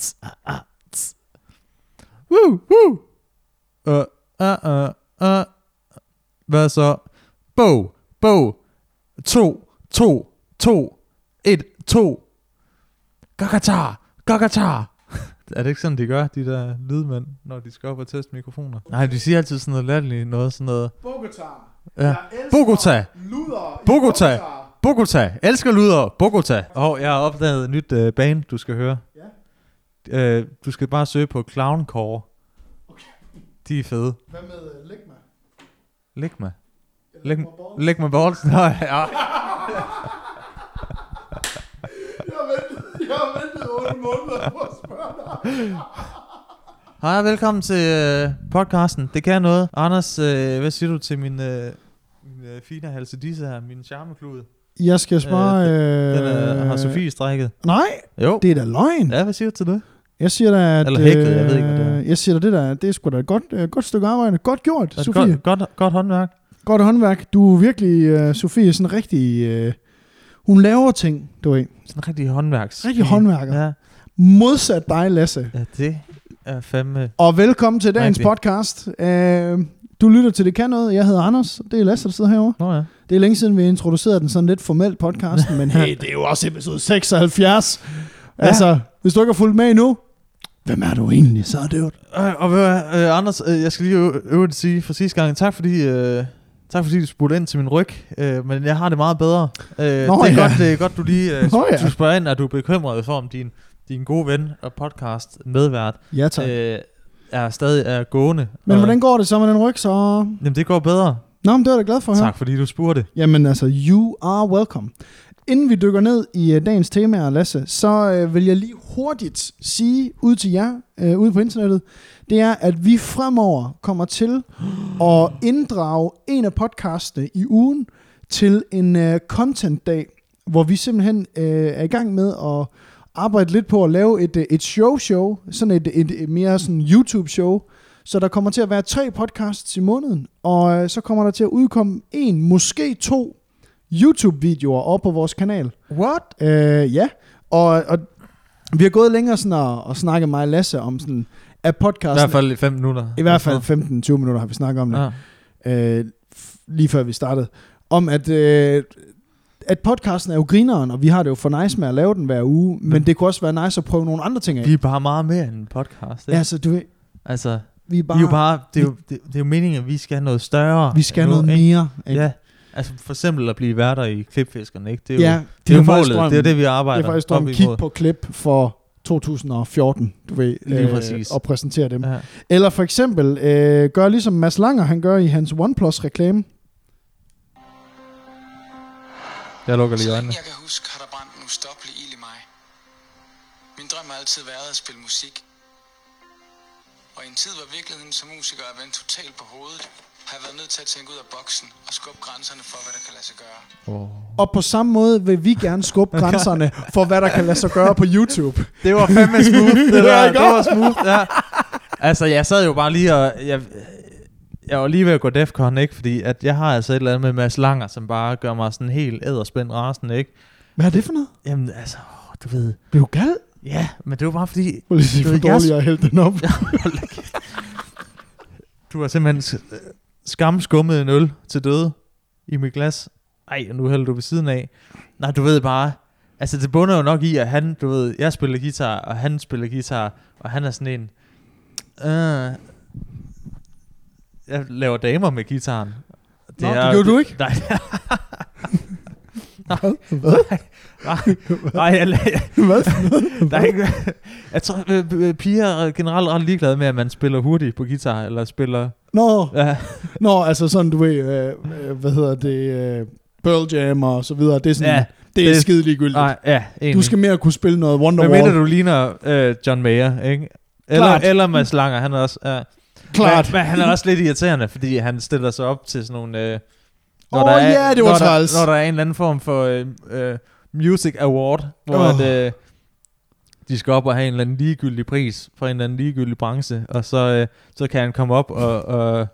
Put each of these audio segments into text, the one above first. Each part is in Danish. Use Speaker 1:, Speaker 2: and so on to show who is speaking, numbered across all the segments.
Speaker 1: tss, ah, ah, tss. Woo, woo. Uh, uh, uh, uh. Hvad så? Bog, bog. To, to, to. Et, to. Gagatar, gagatar. Er det ikke sådan, de gør, de der lydmænd, når de skal op og teste mikrofoner? Nej, de siger altid sådan noget latterligt, noget sådan noget.
Speaker 2: Bogota.
Speaker 1: Ja. Bogota.
Speaker 2: Luder. i
Speaker 1: Bogota. Bogota. Elsker luder. Bogota. Og jeg har opdaget et nyt øh, band, du skal høre.
Speaker 2: Ja.
Speaker 1: Øh, du skal bare søge på Clowncore.
Speaker 2: Okay.
Speaker 1: De er fede.
Speaker 2: Hvad med uh, Ligma?
Speaker 1: Læg mig.
Speaker 2: Eller
Speaker 1: Læg,
Speaker 2: Ligma Ball?
Speaker 1: læg mig balls. Nej, ja.
Speaker 2: Jeg ventede, jeg ventede 8 måneder på at spørge dig.
Speaker 1: Hej og velkommen til øh, podcasten. Det kan noget. Anders, øh, hvad siger du til min, øh, min øh, fine halsedisse her? Min charmeklude.
Speaker 2: Jeg skal
Speaker 1: spørge, Øh,
Speaker 2: spørge... Øh,
Speaker 1: Den øh, har Sofie strækket.
Speaker 2: Nej,
Speaker 1: Jo.
Speaker 2: det er da løgn.
Speaker 1: Ja, hvad siger du til det?
Speaker 2: Jeg siger da, at...
Speaker 1: Eller hæklet, jeg ved ikke, hvad det er.
Speaker 2: øh, Jeg siger da, det der, det er sgu da et godt, øh, godt stykke arbejde. Godt gjort,
Speaker 1: Det er
Speaker 2: Sofie.
Speaker 1: Godt, godt, godt håndværk.
Speaker 2: Godt håndværk. Du er virkelig, øh, Sofie, er sådan rigtig... Øh, hun laver ting, du ved.
Speaker 1: Sådan en rigtig håndværks.
Speaker 2: Rigtig håndværker.
Speaker 1: Ja,
Speaker 2: Modsat dig, Lasse.
Speaker 1: ja, det er fandme...
Speaker 2: Og velkommen til dagens
Speaker 1: Rigtig.
Speaker 2: podcast. Øh, du lytter til Det Kan Noget. Jeg hedder Anders. Det er Lasse, der sidder herovre.
Speaker 1: Nå ja.
Speaker 2: Det er længe siden, vi introducerede den sådan lidt formelt podcasten, men hey, det er jo også episode 76. Altså, hvis du ikke har fulgt med endnu, hvem er du egentlig så, dude?
Speaker 1: Øh, og ved du hvad, øh, Anders, øh, jeg skal lige ø- øvrigt sige for sidste gang, tak fordi, øh, tak fordi du spurgte ind til min ryg, øh, men jeg har det meget bedre. Øh, Nå, det, er
Speaker 2: ja.
Speaker 1: godt, det er godt, du lige øh,
Speaker 2: Nå,
Speaker 1: sp-
Speaker 2: ja.
Speaker 1: du spørger ind, at du er bekymret for, om din, din gode ven og podcast medvært
Speaker 2: Ja, tak. Øh,
Speaker 1: øh, er stadig er gående.
Speaker 2: men
Speaker 1: og,
Speaker 2: hvordan går det så med den ryg, så?
Speaker 1: Jamen, det går bedre.
Speaker 2: Nå, men det er jeg da glad for at høre.
Speaker 1: Tak fordi du spurgte.
Speaker 2: Jamen altså, you are welcome. Inden vi dykker ned i øh, dagens temaer, Lasse, så øh, vil jeg lige hurtigt sige ud til jer øh, ude på internettet, det er, at vi fremover kommer til at inddrage en af podcastene i ugen til en øh, content-dag, hvor vi simpelthen øh, er i gang med at arbejde lidt på at lave et, øh, et show-show, sådan et, et, et mere sådan YouTube-show, så der kommer til at være tre podcasts i måneden, og øh, så kommer der til at udkomme en, måske to YouTube-videoer op på vores kanal.
Speaker 1: What?
Speaker 2: Øh, ja, og, og vi har gået længere sådan og, og snakket mig og Lasse om sådan, at
Speaker 1: I
Speaker 2: podcasten...
Speaker 1: hvert fald i fem minutter.
Speaker 2: i hvert fald 15-20 minutter har vi snakket om det
Speaker 1: Ja.
Speaker 2: øh, f- lige før vi startede, om at, øh, at podcasten er jo grineren, og vi har det jo for nice med at lave den hver uge, men det kunne også være nice at prøve nogle andre ting af.
Speaker 1: Vi er bare meget mere end en podcast. Ikke?
Speaker 2: altså, du ved,
Speaker 1: Altså,
Speaker 2: vi er
Speaker 1: bare, vi er jo
Speaker 2: bare,
Speaker 1: bare, det, er jo, det, det er jo meningen, at vi skal have noget større.
Speaker 2: vi skal
Speaker 1: Nu,
Speaker 2: noget
Speaker 1: ikke?
Speaker 2: mere. ikke?
Speaker 1: Ja, altså for eksempel at blive værter i klipfiskerne, ikke? Det er jo,
Speaker 2: ja,
Speaker 1: ja, det er jo målet, det er det, vi arbejder
Speaker 2: det er faktisk drømmen.
Speaker 1: op
Speaker 2: Kig
Speaker 1: imod.
Speaker 2: på klip for 2014, du ved, øh,
Speaker 1: Lige præcis.
Speaker 2: og præsentere dem. Ja.
Speaker 1: Ja.
Speaker 2: Eller for eksempel, øh, gør ligesom Mads Langer, han gør i hans OnePlus-reklame.
Speaker 1: Jeg lukker lige
Speaker 3: Så
Speaker 1: øjnene.
Speaker 3: længe jeg kan huske, har der brændt en ustoppelig ild i mig. Min drøm har altid været at spille musik. Og i en tid, hvor virkeligheden som musiker er vendt totalt på hovedet, har jeg været nødt til at tænke ud af boksen og skubbe grænserne for, hvad der kan lade sig gøre.
Speaker 1: Oh.
Speaker 2: Og på samme måde vil vi gerne skubbe grænserne for, hvad der kan lade sig gøre på YouTube.
Speaker 1: Det var fandme smooth, det der.
Speaker 2: ikke
Speaker 1: det var smooth, ja. Altså, jeg sad jo bare lige og... Jeg, jeg var lige ved at gå Defcon, ikke? Fordi at jeg har altså et eller andet med Mads Langer, som bare gør mig sådan helt æderspændt rasen, ikke?
Speaker 2: Hvad er det for noget?
Speaker 1: Jamen, altså, åh, du ved...
Speaker 2: Blev du gal?
Speaker 1: Ja, men det var bare fordi,
Speaker 2: Må lige sige,
Speaker 1: Det
Speaker 2: for
Speaker 1: er jeres-
Speaker 2: dårligt at hælde den op.
Speaker 1: Du har simpelthen s- øh, skamskummet en øl til døde i mit glas. Ej, og nu hælder du ved siden af. Nej, du ved bare, altså det bunder jo nok i, at han, du ved, jeg spiller guitar, og han spiller guitar, og han er sådan en, øh, jeg laver damer med gitaren.
Speaker 2: Nå, det gjorde du ikke?
Speaker 1: Nej,
Speaker 2: Hvad?
Speaker 1: nej, nej jeg, la-
Speaker 2: Hvad?
Speaker 1: der er ikke, jeg tror, øh, øh, piger er generelt ret ligeglade med, at man spiller hurtigt på guitar, eller spiller,
Speaker 2: Nå,
Speaker 1: ja,
Speaker 2: nå, altså sådan, du ved, øh, øh, hvad hedder det, øh, Pearl Jam og så videre, det er sådan,
Speaker 1: Ja,
Speaker 2: ja, det er
Speaker 1: det-
Speaker 2: skide ligegyldigt.
Speaker 1: nej, ja, egentlig.
Speaker 2: Du skal mere kunne spille noget
Speaker 1: Hvad mener
Speaker 2: Wonderwall.
Speaker 1: du ligner øh, John Mayer, ikke? Eller,
Speaker 2: Klart.
Speaker 1: eller Mads Langer, han er også... Ja.
Speaker 2: Klart.
Speaker 1: Men, men han er også lidt irriterende, fordi han stiller sig op til sådan nogle... Øh, når
Speaker 2: Åh,
Speaker 1: der er,
Speaker 2: ja, det var
Speaker 1: når
Speaker 2: træls.
Speaker 1: der, når der er en eller anden form for øh, øh, Music Award, hvor
Speaker 2: Åh.
Speaker 1: oh. at, øh, de skal op og have en eller anden ligegyldig pris fra en eller anden ligegyldig branche, og så, øh, så kan han komme op og, og,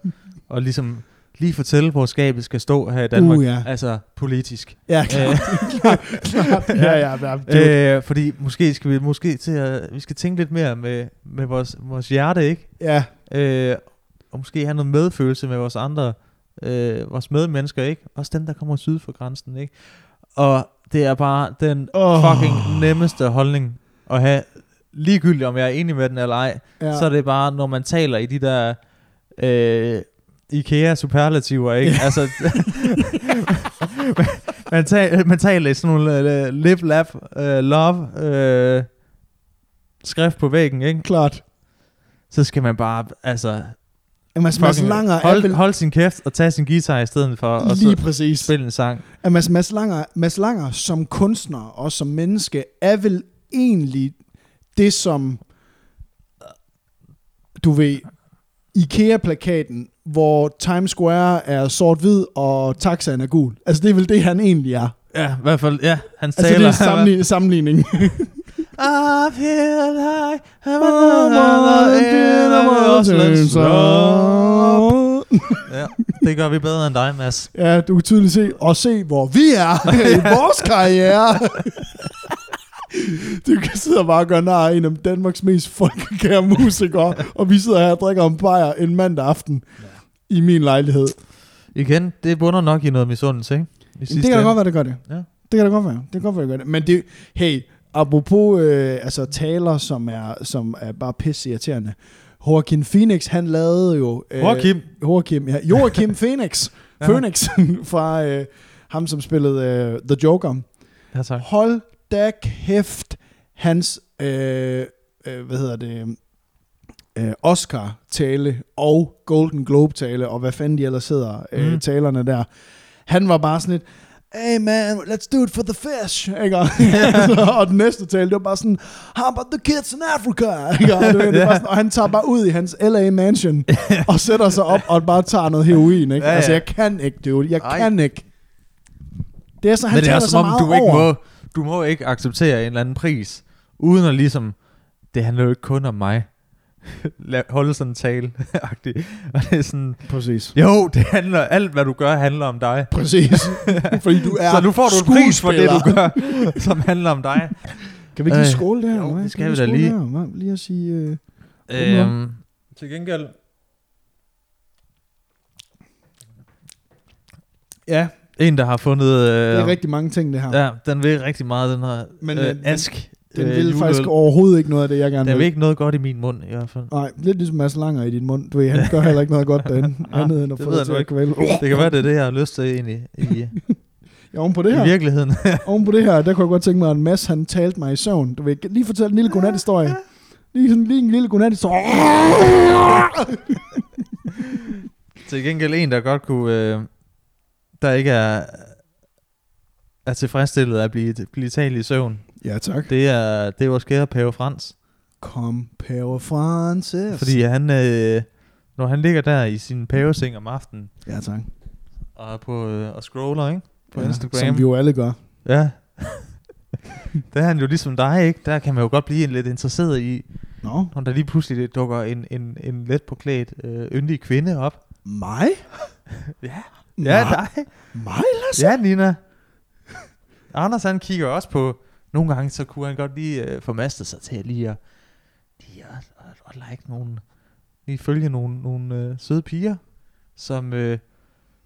Speaker 1: og ligesom lige fortælle, hvor skabet skal stå her i Danmark.
Speaker 2: Uh, ja.
Speaker 1: Altså politisk.
Speaker 2: Ja, klart. klart, klart. Ja, ja, ja. Det,
Speaker 1: Øh, fordi måske skal vi måske til at, vi skal tænke lidt mere med, med vores, vores hjerte, ikke?
Speaker 2: ja,
Speaker 1: Øh, og måske have noget medfølelse med vores andre, øh, vores medmennesker, ikke? Også dem, der kommer syd for grænsen, ikke? Og det er bare den
Speaker 2: Åh.
Speaker 1: oh. fucking nemmeste holdning at have, ligegyldigt om jeg er enig med den eller ej,
Speaker 2: ja.
Speaker 1: så er det bare, når man taler i de der øh, IKEA-superlativer, ikke?
Speaker 2: Ja.
Speaker 1: Altså, man, taler, man taler i sådan nogle øh, live, laugh, øh, love, øh, skrift på væggen, ikke?
Speaker 2: klart.
Speaker 1: Så skal man bare, altså,
Speaker 2: At Mads, Mads
Speaker 1: fucking
Speaker 2: Langer er
Speaker 1: hold,
Speaker 2: vel
Speaker 1: hold sin kæft og tage sin guitar i stedet for, og
Speaker 2: lige
Speaker 1: så
Speaker 2: præcis.
Speaker 1: spille en sang.
Speaker 2: At Mads, Mads, Langer, Mads Langer som kunstner og som menneske er vel egentlig det, som du ved, IKEA-plakaten, hvor Times Square er sort-hvid og taxaen er gul. Altså det er vel det, han egentlig er.
Speaker 1: Ja, i hvert fald, ja, han
Speaker 2: Altså det er sammenligning. sammenligning.
Speaker 1: I feel like I'm Ja, det gør vi bedre end dig, Mads.
Speaker 2: ja, du kan tydeligt se, og se hvor vi er i vores karriere. Du kan sidde og bare gøre nar af en af Danmarks mest folkekære musikere, og vi sidder her og drikker en bajer en mandag aften ja. i min lejlighed.
Speaker 1: Igen, det bunder nok i noget misundelse, ikke? I
Speaker 2: Jamen,
Speaker 1: sidste
Speaker 2: det kan da
Speaker 1: ende.
Speaker 2: godt være, det gør det.
Speaker 1: Ja.
Speaker 2: Det kan da godt være. Det kan godt være, det gør det. Men det, hey, apropos øh, altså, taler, som er, som er bare pisse irriterende. Joaquin Phoenix, han lavede jo... Øh,
Speaker 1: Joachim.
Speaker 2: Joachim, ja. Joachim Phoenix. Phoenix fra øh, ham, som spillede øh, The Joker.
Speaker 1: Ja, tak.
Speaker 2: Hold da kæft, hans, øh, øh, hvad hedder det, øh, Oscar-tale og Golden Globe-tale, og hvad fanden de ellers hedder, øh,
Speaker 1: Mm.
Speaker 2: talerne der. Han var bare sådan lidt, hey man, let's do it for the fish, ikke? Og- og den næste tale, det var bare sådan, how about the kids in Africa? Ikke? Og, det, det var bare sådan, og han tager bare ud i hans LA mansion, og sætter sig op og bare tager noget heroin, ikke?
Speaker 1: Ja, ja.
Speaker 2: Altså, jeg kan ikke, dude, jeg
Speaker 1: Ej.
Speaker 2: kan ikke. Det er så, han
Speaker 1: Men det er
Speaker 2: taler så
Speaker 1: som om,
Speaker 2: meget
Speaker 1: du ikke,
Speaker 2: over.
Speaker 1: må, du må ikke acceptere en eller anden pris, uden at ligesom, det handler jo ikke kun om mig. Lad- Holde sådan en tale -agtig. Og det er sådan,
Speaker 2: Præcis.
Speaker 1: jo, det handler, alt hvad du gør, handler om dig.
Speaker 2: Præcis. Fordi du er
Speaker 1: Så nu får du en pris for det, du
Speaker 2: skuespiller.
Speaker 1: gør, som handler om dig.
Speaker 2: Kan vi ikke
Speaker 1: Øh,
Speaker 2: lige skåle det her?
Speaker 1: jo,
Speaker 2: hva'?
Speaker 1: det
Speaker 2: Kan
Speaker 1: skal
Speaker 2: vi
Speaker 1: vi da
Speaker 2: skåle
Speaker 1: lige.
Speaker 2: der, hva'? Lige at sige... Øh, Åbner.
Speaker 1: Øhm, til gengæld... Ja, en der har fundet... Øh,
Speaker 2: det er rigtig mange ting, det her.
Speaker 1: Ja, den vil rigtig meget, den her
Speaker 2: Men,
Speaker 1: Men,
Speaker 2: øh,
Speaker 1: øh,
Speaker 2: den-
Speaker 1: ask.
Speaker 2: Den
Speaker 1: øh,
Speaker 2: vil
Speaker 1: juleøl.
Speaker 2: faktisk overhovedet ikke noget af det, jeg gerne
Speaker 1: Der
Speaker 2: vil.
Speaker 1: vil ikke noget godt i min mund, i hvert fald.
Speaker 2: Nej, lidt ligesom Mads Langer i din mund. Du ved, han gør heller ikke noget godt derinde.
Speaker 1: Ah,
Speaker 2: andet end at
Speaker 1: det
Speaker 2: få
Speaker 1: ved
Speaker 2: dig
Speaker 1: jeg
Speaker 2: til
Speaker 1: nu
Speaker 2: at
Speaker 1: ikke.
Speaker 2: kvæle.
Speaker 1: Det kan være, det er det, jeg har lyst til egentlig i,
Speaker 2: Ja, oven på det
Speaker 1: i
Speaker 2: her,
Speaker 1: virkeligheden.
Speaker 2: oven på det her, der kunne jeg godt tænke mig, at Mads han talte mig i søvn. Du ved, lige fortælle en lille godnathistorie. Lige, sådan, lige en lille godnathistorie.
Speaker 1: Til gengæld en, der godt kunne... Øh, der ikke er, er tilfredsstillet af at blive, blive talt i søvn.
Speaker 2: Ja, tak.
Speaker 1: Det er, det er vores kære Pave Frans.
Speaker 2: Kom, Pave Francis.
Speaker 1: Fordi han, øh, når han ligger der i sin paveseng om aftenen,
Speaker 2: Ja, tak.
Speaker 1: og, er på, øh, og scroller, ikke? På
Speaker 2: ja,
Speaker 1: ja, Instagram.
Speaker 2: Som vi jo alle gør.
Speaker 1: Ja. der er han jo ligesom dig, ikke? Der kan man jo godt blive en lidt interesseret i,
Speaker 2: Nå,
Speaker 1: når der lige pludselig dukker en, en, en let påklædt øh, yndig kvinde op.
Speaker 2: mig?
Speaker 1: Ja.
Speaker 2: Nå,
Speaker 1: Ja, dig.
Speaker 2: Mig, Lasse?
Speaker 1: Ja, Nina. Anders han kigger også på, nogle gange så kunne han godt lige øh, formaste sig til lige at, lige at, at, at like nogle, lige følge nogle, nogle øh, søde piger, som, øh,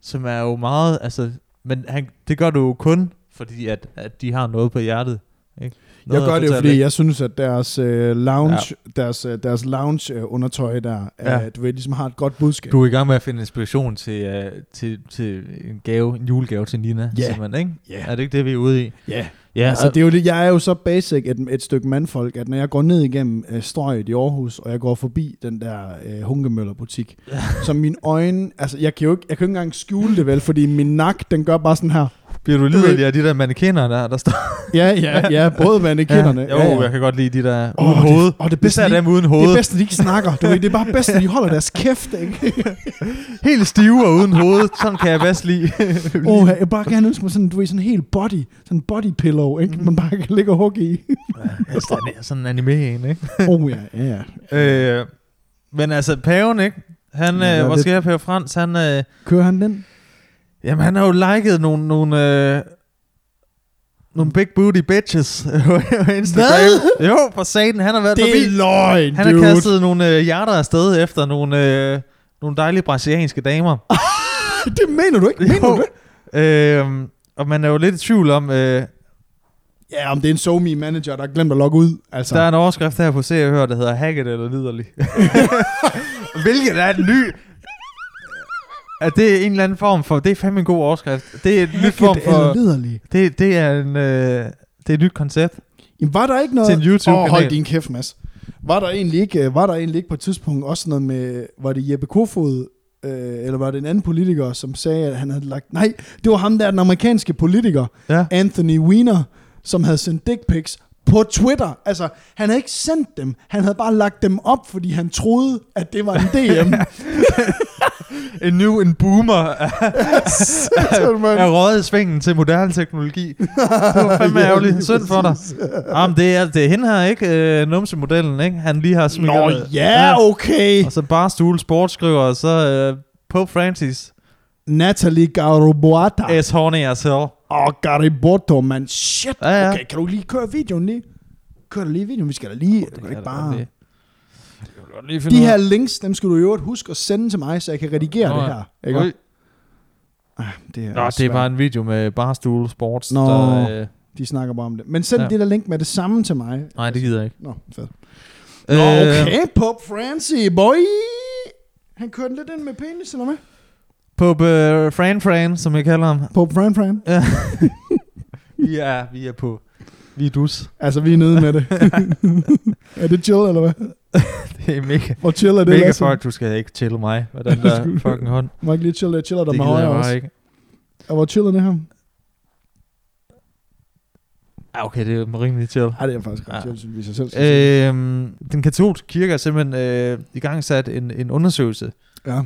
Speaker 1: som er jo meget, altså, men han, det gør du jo kun, fordi at, at de har noget på hjertet. Ikke?
Speaker 2: Jeg
Speaker 1: Noget
Speaker 2: gør
Speaker 1: at
Speaker 2: det, jo,
Speaker 1: fortælle,
Speaker 2: fordi
Speaker 1: ikke?
Speaker 2: jeg synes, at deres øh, lounge, ja. deres, øh, deres lounge øh, undertøj der, ja.
Speaker 1: Ja.
Speaker 2: øh, du ved, ligesom har et godt budskab. Du.
Speaker 1: Du er i gang med at finde inspiration til, øh, til, til en gave, en julegave til Nina,
Speaker 2: Ja.
Speaker 1: simpelthen, ikke?
Speaker 2: Ja.
Speaker 1: Er det ikke det, vi er ude i?
Speaker 2: Ja,
Speaker 1: Ja,
Speaker 2: altså det er jo det, jeg er jo så basic et, et stykke mandfolk, at når jeg går ned igennem øh, strøget i Aarhus, og jeg går forbi den der øh, hunkemøllerbutik, ja. så mine øjne, altså jeg kan jo ikke, jeg kan jo ikke engang skjule det vel, fordi min nak, den gør bare sådan her.
Speaker 1: bliver du
Speaker 2: ved-
Speaker 1: liderlig af de der mannequiner, der, der står
Speaker 2: Ja, ja, ja, både mandekinderne.
Speaker 1: Ja, jo, jeg kan godt lide de der
Speaker 2: Åh,
Speaker 1: uden
Speaker 2: det-
Speaker 1: hoved.
Speaker 2: åh, det er bedst
Speaker 1: Især
Speaker 2: lige-
Speaker 1: dem uden
Speaker 2: Det
Speaker 1: hoved.
Speaker 2: er bedst, at de ikke snakker. Du ved, det er bare bedst, at de holder deres kæft, ikke?
Speaker 1: Helt stive og uden hoved. Sådan kan jeg bedst lide.
Speaker 2: Åh, jeg bare gerne ønske mig sådan, du ved, sådan en hel body, sådan en body pillow, ikke? Man bare kan ligge og hugge i.
Speaker 1: Ja, sådan, sådan en anime en, ikke?
Speaker 2: Åh oh, ja, ja, ja.
Speaker 1: Øh, men altså, paven, ikke? Han,
Speaker 2: Ja,
Speaker 1: ja, øh,
Speaker 2: det-
Speaker 1: vores kære Per Frans, han, øh,
Speaker 2: Kører han den?
Speaker 1: jamen, han har jo liket nogle, nogle, øh, nogle big booty bitches på Instagram.
Speaker 2: Hvad?
Speaker 1: Jo, for satan, han har været forbi.
Speaker 2: løgn,
Speaker 1: Han har kastet nogle øh, hjerter afsted efter nogle, øh, nogle dejlige brasilianske damer.
Speaker 2: det mener du ikke? Mener
Speaker 1: Jo.
Speaker 2: du det?
Speaker 1: Øhm, og man er jo lidt i tvivl om, øh,
Speaker 2: Ja, om det er en somi manager der har glemt at logge ud. Altså.
Speaker 1: der er en overskrift her på Se og Hør, der hedder Hacket eller Liderlig. Hvilket er en ny... Er det en eller anden form for... Det er fandme en god overskrift. Det er en ny form for...
Speaker 2: Liderlig.
Speaker 1: Det, det er en... Øh, det er et nyt koncept.
Speaker 2: Jamen, var der ikke noget...
Speaker 1: Til en YouTube-kanal.
Speaker 2: Åh, hold din kæft, Mads. Var der, egentlig ikke, øh, var der egentlig ikke på et tidspunkt også noget med... Var det Jeppe Kofod, øh, eller var det en anden politiker, som sagde, at han havde lagt... Nej, det var ham der, den amerikanske politiker,
Speaker 1: Ja.
Speaker 2: Anthony Weiner, som havde sendt dick pics på Twitter. Altså, han havde ikke sendt dem. Han havde bare lagt dem op, fordi han troede, at det var en DM.
Speaker 1: En new en boomer er, er røget i svingen til moderne teknologi. Det var fandme
Speaker 2: Ja,
Speaker 1: ærgerligt.
Speaker 2: lige
Speaker 1: Synd for dig. Jamen, det er, det er hende her, ikke? Øh, numsemodellen, ikke? Han lige har smidt...
Speaker 2: Nå ja, okay.
Speaker 1: Og så bare Stule Sportskriver, og så øh, Pope Francis.
Speaker 2: Natalie Garuboata.
Speaker 1: As horny as hell.
Speaker 2: Åh, oh, Gariboto, man. Shit.
Speaker 1: Ja, ja.
Speaker 2: Okay, kan du lige køre videoen lige? Kør da lige videoen, vi skal da lige. Du kan ikke bare... De her links, dem skal du i øvrigt huske at sende til mig, så jeg kan redigere
Speaker 1: Nå,
Speaker 2: det
Speaker 1: ja.
Speaker 2: her. Ikke?
Speaker 1: Ikke?
Speaker 2: Ah, det er
Speaker 1: Nå, det
Speaker 2: svært.
Speaker 1: er bare en video med Barstool Sports.
Speaker 2: Nå.
Speaker 1: Der, øh,
Speaker 2: De snakker bare om det. Men send
Speaker 1: Ja.
Speaker 2: ja. det der link med det samme til mig.
Speaker 1: nej, det gider jeg ikke.
Speaker 2: Nå, fedt.
Speaker 1: Øh,
Speaker 2: Nå, okay, Pop Francie, boy. Han kørte lidt ind med penisen, eller hvad?
Speaker 1: Pope øh, Fran Fran, som jeg kalder ham.
Speaker 2: Pop Fran Fran.
Speaker 1: Ja. ja, vi er på. Vi er dus.
Speaker 2: Altså, vi er nede med det. er det chill, eller hvad?
Speaker 1: Det er mega,
Speaker 2: Hvor chill er det,
Speaker 1: mega
Speaker 2: Lasse?
Speaker 1: fuck. Du skal ikke chille mig med den der fucking hånd.
Speaker 2: Må jeg ikke lige chill, jeg chiller dig
Speaker 1: Det
Speaker 2: med
Speaker 1: gider
Speaker 2: højre
Speaker 1: jeg
Speaker 2: også.
Speaker 1: bare ikke.
Speaker 2: Og hvor chill er det her?
Speaker 1: Ah, okay, det er rimelig chill.
Speaker 2: Nej, det er faktisk ret
Speaker 1: Ja.
Speaker 2: chill, synes vi sig selv. synes jeg.
Speaker 1: Øhm, den katolske kirke har simpelthen øh, i gang sat en, en undersøgelse
Speaker 2: Ja.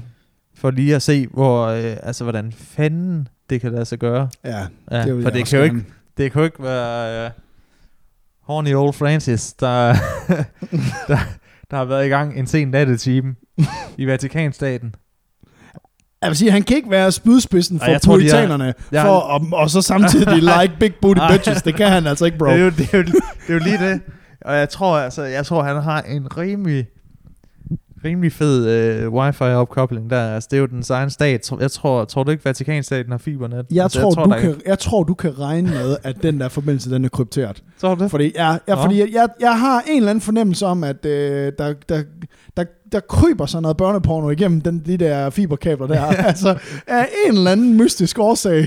Speaker 1: for lige at se, hvor, øh, altså, hvordan fanden det kan lade sig gøre.
Speaker 2: Ja,
Speaker 1: Ja,
Speaker 2: det vil
Speaker 1: for
Speaker 2: jeg
Speaker 1: det
Speaker 2: også
Speaker 1: kan, jo
Speaker 2: gerne.
Speaker 1: ikke, det kan jo ikke være øh, horny old Francis, der, der, der har været i gang en sen nattetime i Vatikanstaten.
Speaker 2: Jeg vil sige, han kan ikke være spydspidsen for
Speaker 1: Ej, jeg tror, de er-
Speaker 2: puritanerne,
Speaker 1: Jeg-
Speaker 2: for, og, og så samtidig like big booty
Speaker 1: Ej.
Speaker 2: bitches. Det kan han altså ikke, bro.
Speaker 1: Det, er jo, det, er jo, det er jo lige det. Og jeg tror, altså, jeg tror han har en rimelig, rimelig fed øh, wifi-opkobling der. Altså, det er jo den egen stat. Jeg tror, tror du ikke, Vatikanstaten har fibernet?
Speaker 2: Jeg
Speaker 1: altså,
Speaker 2: tror, du
Speaker 1: der er-
Speaker 2: kan, jeg tror, du kan regne med, at den der forbindelse, den er krypteret.
Speaker 1: Tror du det?
Speaker 2: Fordi, jeg, jeg,
Speaker 1: Nå.
Speaker 2: fordi jeg- jeg, jeg har en eller anden fornemmelse om, at øh, der, der, der, der kryber sådan noget børneporno igennem den, de der fiberkabler der. altså, af en eller anden mystisk årsag.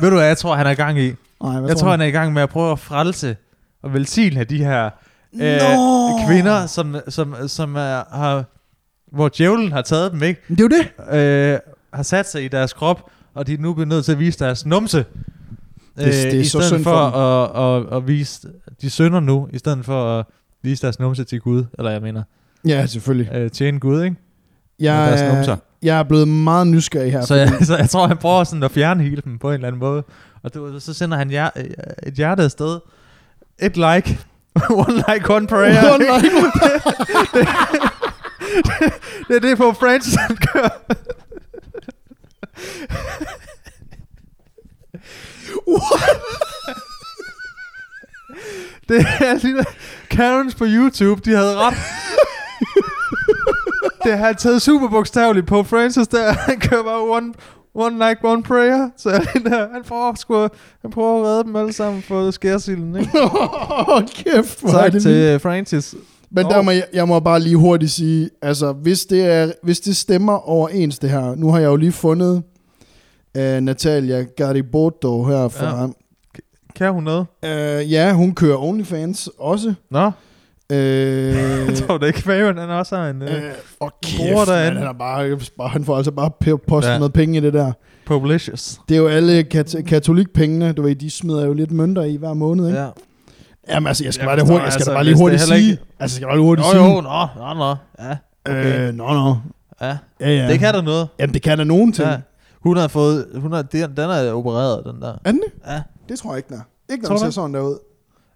Speaker 1: Ved du hvad, jeg tror, han er i gang i?
Speaker 2: Nej,
Speaker 1: Jeg tror, han er i gang med at prøve at frelse og velsigne de her
Speaker 2: Nå!
Speaker 1: øh, kvinder, som, som, som er, har, hvor djævlen har taget dem, ikke?
Speaker 2: Men Det er jo det.
Speaker 1: Øh, har sat sig i deres krop, og de er nu blevet nødt til at vise deres numse. Øh,
Speaker 2: det er
Speaker 1: I
Speaker 2: så
Speaker 1: stedet
Speaker 2: synd
Speaker 1: for,
Speaker 2: for
Speaker 1: at, at, at, vise, de synder nu, i stedet for at vise deres numse til Gud, eller jeg mener,
Speaker 2: Ja, selvfølgelig.
Speaker 1: øh, tjene Gud, ikke? Med
Speaker 2: Jeg,
Speaker 1: deres numser.
Speaker 2: er- øh, jeg er blevet meget nysgerrig her.
Speaker 1: Så jeg, så jeg tror, han prøver sådan at fjerne hele dem på en eller anden måde. Og du, så sender han hjer, øh, et hjerte afsted. Et like. one like, one prayer.
Speaker 2: One like, one
Speaker 1: det er det på French, han gør. det er lige Karens på YouTube, de havde ret. det har han taget super bogstaveligt på Francis der. Han kører bare one, one like, one prayer. Så er det der, han prøver, at sku, han prøver at redde dem alle sammen for skærsilden, ikke?
Speaker 2: Åh, kæft, hvor er
Speaker 1: Tak
Speaker 2: det vildt.
Speaker 1: til øh, Francis.
Speaker 2: Men der må jeg, jeg må bare lige hurtigt sige, altså hvis det, er, hvis det stemmer overens det her, nu har jeg jo lige fundet uh, Natalia Gariboto her fra,
Speaker 1: Kan hun noget?
Speaker 2: ja. Uh, ja, hun kører OnlyFans også.
Speaker 1: Nå,
Speaker 2: Uh,
Speaker 1: jeg tror det ikke, Faven, han også har en... Øh,
Speaker 2: Øh, og
Speaker 1: Bruger
Speaker 2: kæft, man,
Speaker 1: derinde.
Speaker 2: han, er bare, bare, han får altså bare p- postet
Speaker 1: Ja.
Speaker 2: ja. noget penge i det der.
Speaker 1: Publicious.
Speaker 2: Det er jo alle kat- katolikpengene, du ved, de smider jo lidt mønter i hver måned, ikke? Ja.
Speaker 1: Ja.
Speaker 2: Jamen altså, jeg skal,
Speaker 1: Jeg
Speaker 2: bare, lige
Speaker 1: forstår,
Speaker 2: hurtigt, jeg skal
Speaker 1: altså,
Speaker 2: da bare
Speaker 1: hvis
Speaker 2: lige
Speaker 1: det
Speaker 2: hurtigt
Speaker 1: heller
Speaker 2: sige.
Speaker 1: ikke-
Speaker 2: Ikke... Altså, jeg skal bare lige hurtigt
Speaker 1: Jo,
Speaker 2: sige.
Speaker 1: jo, nå, nå, nå. Ja, okay.
Speaker 2: Øh, nå, nå.
Speaker 1: ja.
Speaker 2: Ja, ja.
Speaker 1: Det kan der noget.
Speaker 2: Jamen, det kan der nogen ting.
Speaker 1: Ja.
Speaker 2: Ja.
Speaker 1: Hun har fået... Hun har, den, den er opereret, den der.
Speaker 2: Er den det?
Speaker 1: Ja.
Speaker 2: Det tror jeg ikke, den er. Ikke,
Speaker 1: Tror
Speaker 2: når
Speaker 1: du
Speaker 2: den
Speaker 1: det?
Speaker 2: ser sådan der ud.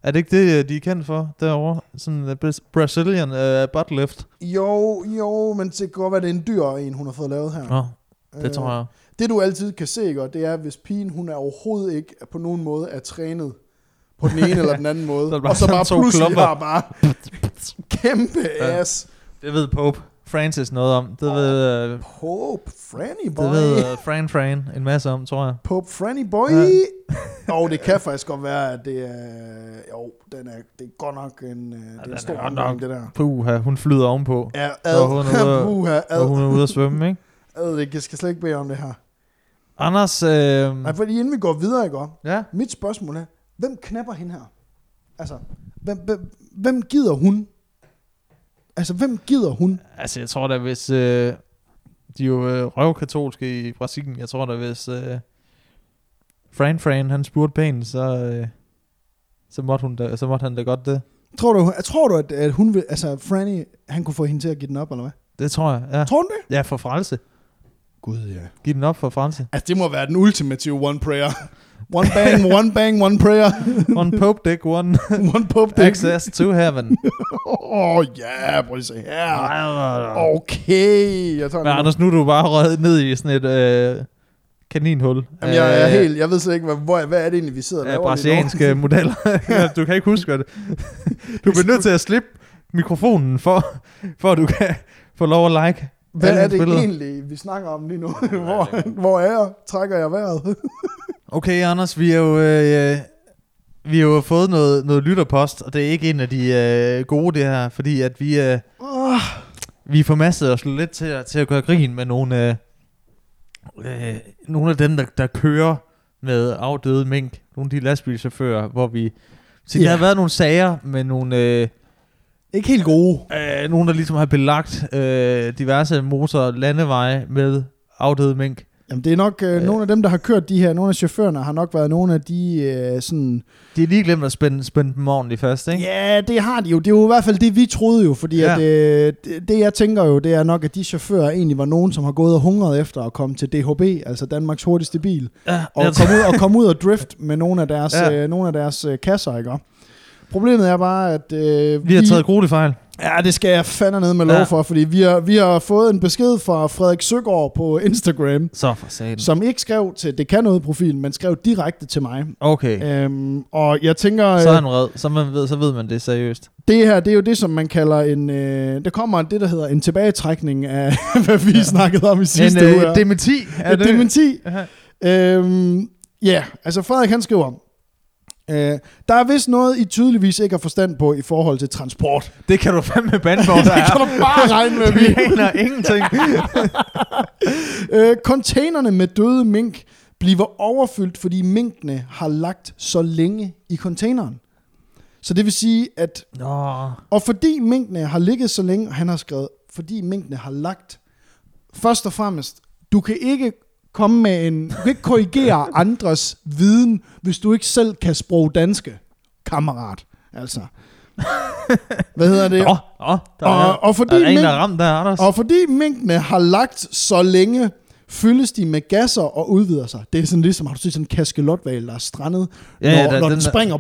Speaker 1: Er det ikke det, øh, de er kendt for derovre? Sådan uh, Brazilian uh, butt lift.
Speaker 2: Jo, jo, men det kan godt være, det er en dyr en, hun har fået lavet her. Øh,
Speaker 1: Nå, det tror jeg.
Speaker 2: Det du altid kan se, godt, det er, hvis pigen hun er overhovedet ikke på nogen måde er trænet på den ene eller den anden måde,
Speaker 1: Så er det bare
Speaker 2: og så
Speaker 1: sådan
Speaker 2: bare
Speaker 1: to
Speaker 2: pludselig
Speaker 1: klumper.
Speaker 2: har bare kæmpe
Speaker 1: Ja.
Speaker 2: ass.
Speaker 1: Det ved Pope Francis noget om. Det ved, uh,
Speaker 2: Pope Franny Boy.
Speaker 1: det ved uh, Fran Fran en masse om, tror jeg.
Speaker 2: Pope Franny Boy.
Speaker 1: Ja.
Speaker 2: Ja. Og det kan faktisk godt være, at det er... Jo, den er, det er godt nok en, øh, det er
Speaker 1: den er
Speaker 2: en stor
Speaker 1: godt
Speaker 2: omgang,
Speaker 1: nok.
Speaker 2: det der.
Speaker 1: Puha, hun flyder ovenpå.
Speaker 2: Ja,
Speaker 1: hun er ude
Speaker 2: ad.
Speaker 1: at-
Speaker 2: Puha,
Speaker 1: Og hun
Speaker 2: ad.
Speaker 1: er ude at svømme, ikke?
Speaker 2: ad. Det jeg skal slet ikke bede om det her.
Speaker 1: Anders, øh,
Speaker 2: Nej, fordi inden vi går videre, ikke? også?
Speaker 1: ja,
Speaker 2: Mit spørgsmål er, hvem knapper hende her? Altså, hvem, hvem, hvem gider hun? Altså, hvem gider hun?
Speaker 1: altså jeg tror da, hvis... Øh, de er jo øh, røvkatolske i Brasilien. Jeg tror da, hvis... Øh, Fran Fran, han spurgte pænt, så... Øh, så måtte, hun da, så måtte han da godt det.
Speaker 2: Tror du, tror du at, at hun vil, altså Franny, han kunne få hende til at give den op, eller hvad?
Speaker 1: Det tror jeg, ja.
Speaker 2: Tror du det?
Speaker 1: Ja, for frelse.
Speaker 2: Gud, ja.
Speaker 1: Giv den op for frelse.
Speaker 2: Altså, det må være den ultimative one prayer. One bang, one bang, one prayer.
Speaker 1: One Pope Dick, one
Speaker 2: One pop dick.
Speaker 1: access to heaven.
Speaker 2: Åh, oh, ja, yeah, prøv lige at se her. Okay, jeg tager
Speaker 1: Men
Speaker 2: den.
Speaker 1: Anders, nu Ah. er du bare røget ned i sådan et øh, kaninhul.
Speaker 2: Jamen, jeg, jeg, er
Speaker 1: Øh,
Speaker 2: helt, jeg ved slet ikke, hvad, hvor, hvad er det egentlig, vi sidder og
Speaker 1: af
Speaker 2: laver
Speaker 1: brasilianske modeller. Ja, du kan ikke huske det. Du bliver nødt til at slippe mikrofonen, for, for at du kan få lov at like.
Speaker 2: Hvad
Speaker 1: alle
Speaker 2: er
Speaker 1: hans
Speaker 2: det
Speaker 1: billeder.
Speaker 2: egentlig, vi snakker om lige nu? Hvor, hvor er jeg? Trækker jeg vejret?
Speaker 1: Okay, Anders, vi har jo, øh, vi har jo fået noget, noget lytterpost, og det er ikke en af de øh, gode, det her, fordi at vi, øh,
Speaker 2: Åh,
Speaker 1: vi formassede os lidt til, at- til at gøre grin med nogle, øh, øh, nogle af dem, der, der kører med afdøde mink. Nogle af de lastbilchauffører, hvor vi... Så der
Speaker 2: Ja.
Speaker 1: har været nogle sager med nogle... Øh,
Speaker 2: ikke helt gode.
Speaker 1: øh, nogen, der ligesom har belagt øh, diverse motor- og landeveje med afdøde mink.
Speaker 2: Jamen, det er nok øh,
Speaker 1: Øh.
Speaker 2: nogle af dem, der har kørt de her. Nogle af chaufførerne har nok været nogle af de øh, sådan...
Speaker 1: De har lige glemt at spænde, spænde dem ordentligt fast, ikke?
Speaker 2: Ja, det har de jo. Det er jo i hvert fald det, vi troede jo. Fordi
Speaker 1: Ja.
Speaker 2: ja. at, øh, det, det, jeg tænker jo, det er nok, at de chauffører egentlig var nogen, som har gået og hungret efter at komme til DHB, altså Danmarks hurtigste bil.
Speaker 1: Ja,
Speaker 2: og
Speaker 1: jeg
Speaker 2: komme ud og komme ud og drift med nogle af deres
Speaker 1: Ja.
Speaker 2: ja. øh, nogle af deres øh, kasser, ikke? Problemet er bare at øh,
Speaker 1: Vi har taget grueligt fejl.
Speaker 2: Ja, det skal jeg fandme ned med lov
Speaker 1: Ja.
Speaker 2: ja. for, fordi vi har vi har fået en besked fra Frederik Søgaard på Instagram,
Speaker 1: Så for satan.
Speaker 2: som ikke skrev til det kan noget profil, men skrev direkte til mig.
Speaker 1: Okay,
Speaker 2: Øhm, og jeg tænker,
Speaker 1: så er
Speaker 2: øh,
Speaker 1: han red. Så, man ved, så ved man det seriøst.
Speaker 2: det her, det er jo det, som man kalder en, øh, der kommer det, der hedder en tilbagetrækning af, hvad vi ja. snakkede om i sidste
Speaker 1: Men
Speaker 2: uge. her.
Speaker 1: øh, dementi, er
Speaker 2: Et
Speaker 1: det?
Speaker 2: dementi.
Speaker 1: Ja.
Speaker 2: Øhm, ja, yeah. altså Frederik han skriver, øh, der er vist noget, I tydeligvis ikke har forstand på i forhold til transport.
Speaker 1: Det kan du fandme bande for, der
Speaker 2: Det kan
Speaker 1: er.
Speaker 2: du bare regne med,
Speaker 1: Vi
Speaker 2: vi.
Speaker 1: aner ingenting.
Speaker 2: Øh, containerne med døde mink bliver overfyldt, fordi minkene har lagt så længe i containeren. Så det vil sige, at
Speaker 1: Nå,
Speaker 2: Og fordi minkene har ligget så længe, og han har skrevet, fordi minkene har lagt, først og fremmest, du kan ikke komme med en, du kan ikke korrigere andres viden, hvis du ikke selv kan sproge danske, kammerat. Altså. Hvad hedder det?
Speaker 1: nå, nå der, er,
Speaker 2: Og, og,
Speaker 1: der
Speaker 2: fordi
Speaker 1: er en,
Speaker 2: mink,
Speaker 1: der er ramt der, Anders.
Speaker 2: og fordi minkene har lagt så længe, fyldes de med gasser og udvider sig. Det er sådan ligesom, har du set sådan en kaskelotval, der er strandet,
Speaker 1: Ja,
Speaker 2: ja,
Speaker 1: ja,
Speaker 2: når,
Speaker 1: der-
Speaker 2: når
Speaker 1: den
Speaker 2: den,
Speaker 1: der-
Speaker 2: springer.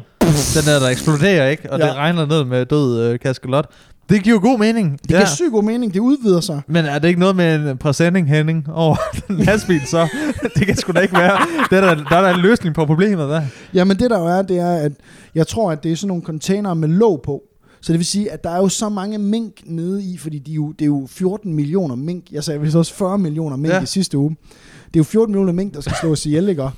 Speaker 1: Den der, der eksploderer, ikke? Og
Speaker 2: Ja.
Speaker 1: det regner ned med død øh, kaskelot. Det giver jo god mening.
Speaker 2: Det ja. giver syg god mening, det udvider sig.
Speaker 1: Men er det ikke noget med en præsending, Henning, over den lastbil så? Det kan sgu da ikke være. Det er der, der er der en løsning på problemet, der.
Speaker 2: Jamen det der jo er, det er, at jeg tror, at det er sådan nogle containere med låg på. Så det vil sige, at der er jo så mange mink nede i, fordi de er jo, det er jo 14 millioner mink. Jeg sagde vist også 40 millioner mink
Speaker 1: Ja.
Speaker 2: ja. i sidste uge. Det er jo 14 millioner mink, der skal slås ihjel, ikke?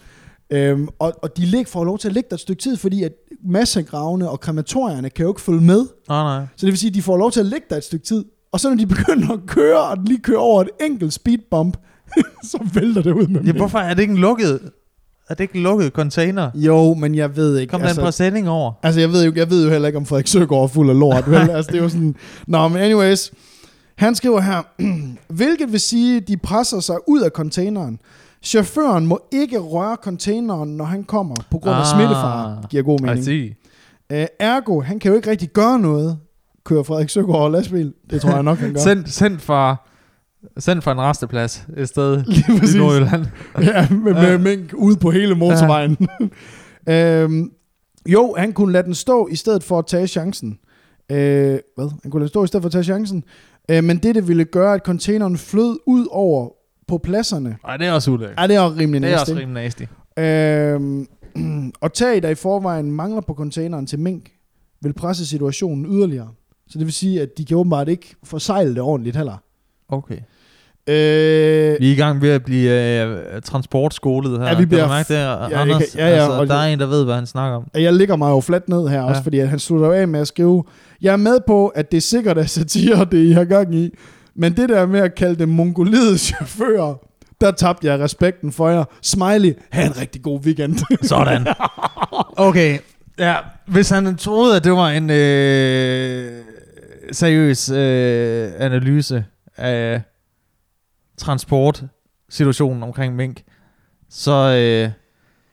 Speaker 2: Øhm, og, og de lig, får lov til at ligge der et stykke tid, fordi at massegravene og krematorierne kan jo ikke følge med.
Speaker 1: Nej, nej.
Speaker 2: Så det vil sige, at de får lov til at ligge der et stykke tid. Og så når de begynder at køre, og den lige kører over et enkelt speedbump, så vælter det ud med
Speaker 1: Ja,
Speaker 2: mink.
Speaker 1: hvorfor er det ikke en lukket? Er det ikke en lukket container?
Speaker 2: Jo, men jeg ved ikke.
Speaker 1: Kom altså, der en præsending over?
Speaker 2: Altså, jeg ved, jo, jeg ved jo heller ikke, om Frederik Søgaard er fuld af lort, vel? Altså, det er jo sådan... Nå, men anyways. Han skriver her, hvilket vil sige, de presser sig ud af containeren. Chaufføren må ikke røre containeren, når han kommer, på grund
Speaker 1: Ah.
Speaker 2: af ah, smittefare. Giver god mening.
Speaker 1: sige.
Speaker 2: Øh, ergo, han kan jo ikke rigtig gøre noget. Kører Frederik Søgaard over lastbil? Det tror jeg nok, han gør.
Speaker 1: Send, send fra... Send fra en resteplads et sted
Speaker 2: Lige
Speaker 1: i Nordjylland.
Speaker 2: ja, med, med
Speaker 1: Ja.
Speaker 2: mink ude på hele motorvejen. øhm, Jo, han kunne lade den stå i stedet for at tage chancen. Øh, hvad? Han kunne lade den stå i stedet for at tage chancen. Øh, men det, det ville gøre, at containeren flød ud over på pladserne.
Speaker 1: Nej, det er også ulækkert.
Speaker 2: Ej, det er også rimelig
Speaker 1: Det er
Speaker 2: næste.
Speaker 1: også rimelig nasty.
Speaker 2: Øhm, og tag, der i forvejen mangler på containeren til mink, vil presse situationen yderligere. Så det vil sige, at de kan åbenbart ikke forsejle det ordentligt heller.
Speaker 1: Okay.
Speaker 2: Øh,
Speaker 1: Vi er i gang ved at blive øh, transportskolet her.
Speaker 2: Ja, vi
Speaker 1: Kan du
Speaker 2: bliver-
Speaker 1: mærke det,
Speaker 2: det
Speaker 1: Anders?
Speaker 2: kan- ja, ja,
Speaker 1: altså,
Speaker 2: og-
Speaker 1: der er en, der ved, hvad han snakker om.
Speaker 2: jeg ligger mig jo fladt ned her også,
Speaker 1: Ja.
Speaker 2: fordi at han slutter jo af med at skrive, jeg er med på, at det er sikkert er satire, det I har gang i, men det der med at kalde dem mongoliet chauffører, der tabte jeg respekten for jer. Smiley, have en rigtig god weekend.
Speaker 1: Sådan. Okay. Ja, hvis han troede, at det var en øh, seriøs øh, analyse af transportsituationen omkring mink, så, øh,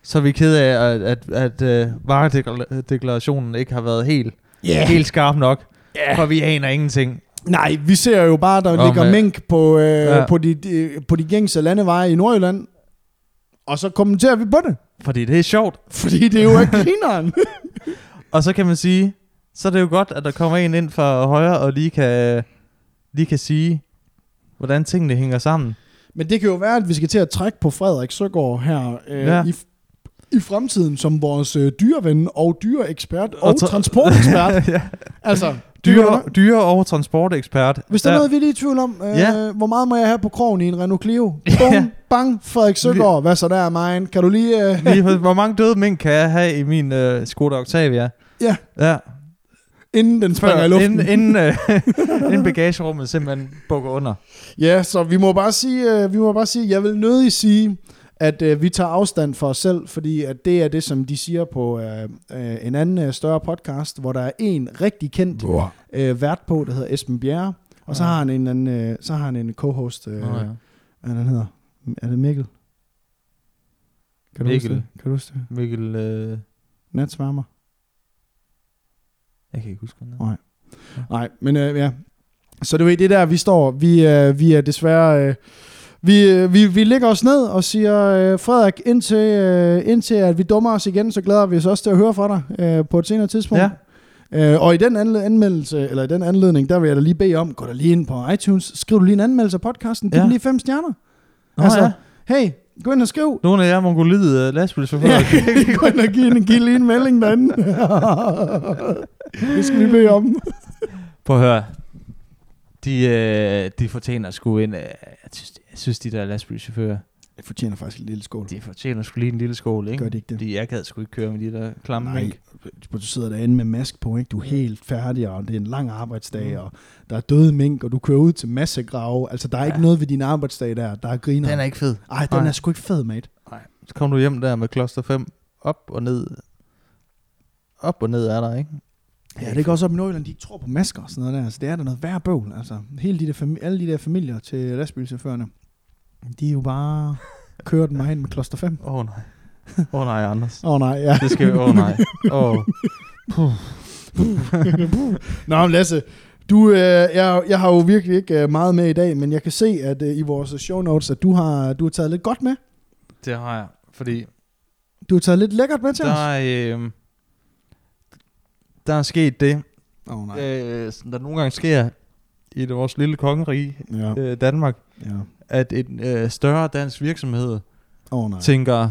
Speaker 1: så er vi ked af, at, at, at øh, varedeklarationen ikke har været helt,
Speaker 2: Ja.
Speaker 1: helt skarp nok, yeah. for vi aner ingenting.
Speaker 2: Nej, vi ser jo bare, der
Speaker 1: Nå,
Speaker 2: ligger
Speaker 1: men-
Speaker 2: mink på, øh,
Speaker 1: Ja.
Speaker 2: ja. på, de, de, på de gængse landeveje i Nordjylland. Og så kommenterer vi på det.
Speaker 1: Fordi det er sjovt.
Speaker 2: Fordi det er jo er grineren.
Speaker 1: Og så kan man sige, så er det jo godt, at der kommer en ind fra højre, og lige kan, lige kan sige, hvordan tingene hænger sammen.
Speaker 2: Men det kan jo være, at vi skal til at trække på Frederik Søgaard her øh,
Speaker 1: Ja.
Speaker 2: ja. i, i fremtiden som vores øh, dyreven og dyreekspert og,
Speaker 1: Og
Speaker 2: og
Speaker 1: tra-
Speaker 2: transportekspert. altså,
Speaker 1: Dyre, dyre og transportekspert.
Speaker 2: Hvis der er
Speaker 1: Ja.
Speaker 2: noget, vi er lige i tvivl om, øh,
Speaker 1: Ja.
Speaker 2: ja. hvor meget må jeg have på krogen i en Renault Clio? Bum,
Speaker 1: Ja.
Speaker 2: bang, Frederik Søgaard, hvad så der, mine? Kan du lige... Øh,
Speaker 1: Lige, hvor mange døde mink kan jeg have i min øh, Skoda Octavia?
Speaker 2: ja,
Speaker 1: Ja,
Speaker 2: inden den springer i luften.
Speaker 1: inden, inden, øh, inden bagagerummet simpelthen bukker under.
Speaker 2: Ja, så vi må bare sige, øh, vi må bare sige, jeg vil nødig sige, at øh, vi tager afstand for os selv, fordi at det er det, som de siger på øh, øh, en anden øh, større podcast, hvor der er en rigtig kendt øh, vært på, der hedder Esben Bjerre, og så
Speaker 1: Ja.
Speaker 2: har han en anden, øh, så har han en co-host, øh,
Speaker 1: Nå,
Speaker 2: oh,
Speaker 1: ja.
Speaker 2: ja. hvad han hedder, er det Mikkel? Kan du huske
Speaker 1: Mikkel.
Speaker 2: det? Kan du huske det?
Speaker 1: Mikkel, øh,
Speaker 2: Natsvarmer?
Speaker 1: jeg kan ikke huske, hvad
Speaker 2: Nej, men øh, ja. Så det er det er der, vi står. Vi, øh, vi er desværre... Øh, vi, øh, vi, vi ligger os ned og siger, øh, Frederik, indtil, øh, indtil at vi dummer os igen, så glæder vi os også til at høre fra dig øh, på et senere tidspunkt.
Speaker 1: Ja.
Speaker 2: Øh, og i den anle- anmeldelse, eller i den anledning, der vil jeg da lige bede om, gå da lige ind på iTunes, skriv du lige en anmeldelse af podcasten, giv
Speaker 1: Ja.
Speaker 2: ja. den lige fem stjerner.
Speaker 1: Nå, altså, ja.
Speaker 2: hey, gå ind og skriv.
Speaker 1: Nogle af jer mongoliet øh, lastbilschauffører.
Speaker 2: Ja,
Speaker 1: Ja.
Speaker 2: gå ind og give, en, give lige en melding derinde. det skal vi bede om.
Speaker 1: Prøv at høre. De, øh, de fortjener sgu en... Øh, jeg, synes, jeg synes, de der lastbilchauffører,
Speaker 2: Jeg fortjener faktisk en lille skål.
Speaker 1: de fortjener sgu lige en lille skål, ikke?
Speaker 2: Gør det ikke det?
Speaker 1: Fordi jeg gad sgu ikke køre med de der klamme
Speaker 2: Nej, øh,
Speaker 1: mink.
Speaker 2: du du sidder derinde med mask på, ikke? du er helt færdig, og det er en lang arbejdsdag, og der er døde mink, og du kører ud til massegrave. Altså, der er ja. ikke noget ved din arbejdsdag der, der er griner.
Speaker 1: Den er ikke fed.
Speaker 2: Ej, den
Speaker 1: Nej.
Speaker 2: er sgu ikke fed, mate.
Speaker 1: Nej. Så kom du hjem der med kloster 5. Op og ned. Op og ned er der, ikke?
Speaker 2: Ja, det går også op i Nordjylland, de ikke tror på masker og sådan noget der. Altså, det er da noget værre bøvl. Altså, hele de der fami- alle de der familier til lastbilchaufførerne, de er jo bare kørt mig hen med kloster 5.
Speaker 1: Åh oh, nej. Åh oh, nej, Anders.
Speaker 2: Åh oh, nej, ja.
Speaker 1: Det skal vi... Åh oh, nej. Åh. Oh.
Speaker 2: Nå, men Lasse, du, øh, jeg, jeg har jo virkelig ikke øh, meget med i dag, men jeg kan se at øh, i vores show notes, at du har, du har taget lidt godt med.
Speaker 1: Det har jeg. Fordi
Speaker 2: Du har taget lidt lækkert med til
Speaker 1: der
Speaker 2: os.
Speaker 1: er, øh, der er sket det,
Speaker 2: Oh, nej.
Speaker 1: øh, som der nogle gange sker i det- vores lille kongerige,
Speaker 2: Ja,
Speaker 1: øh, Danmark,
Speaker 2: ja.
Speaker 1: at en øh, større dansk virksomhed
Speaker 2: Åh oh, nej.
Speaker 1: tænker,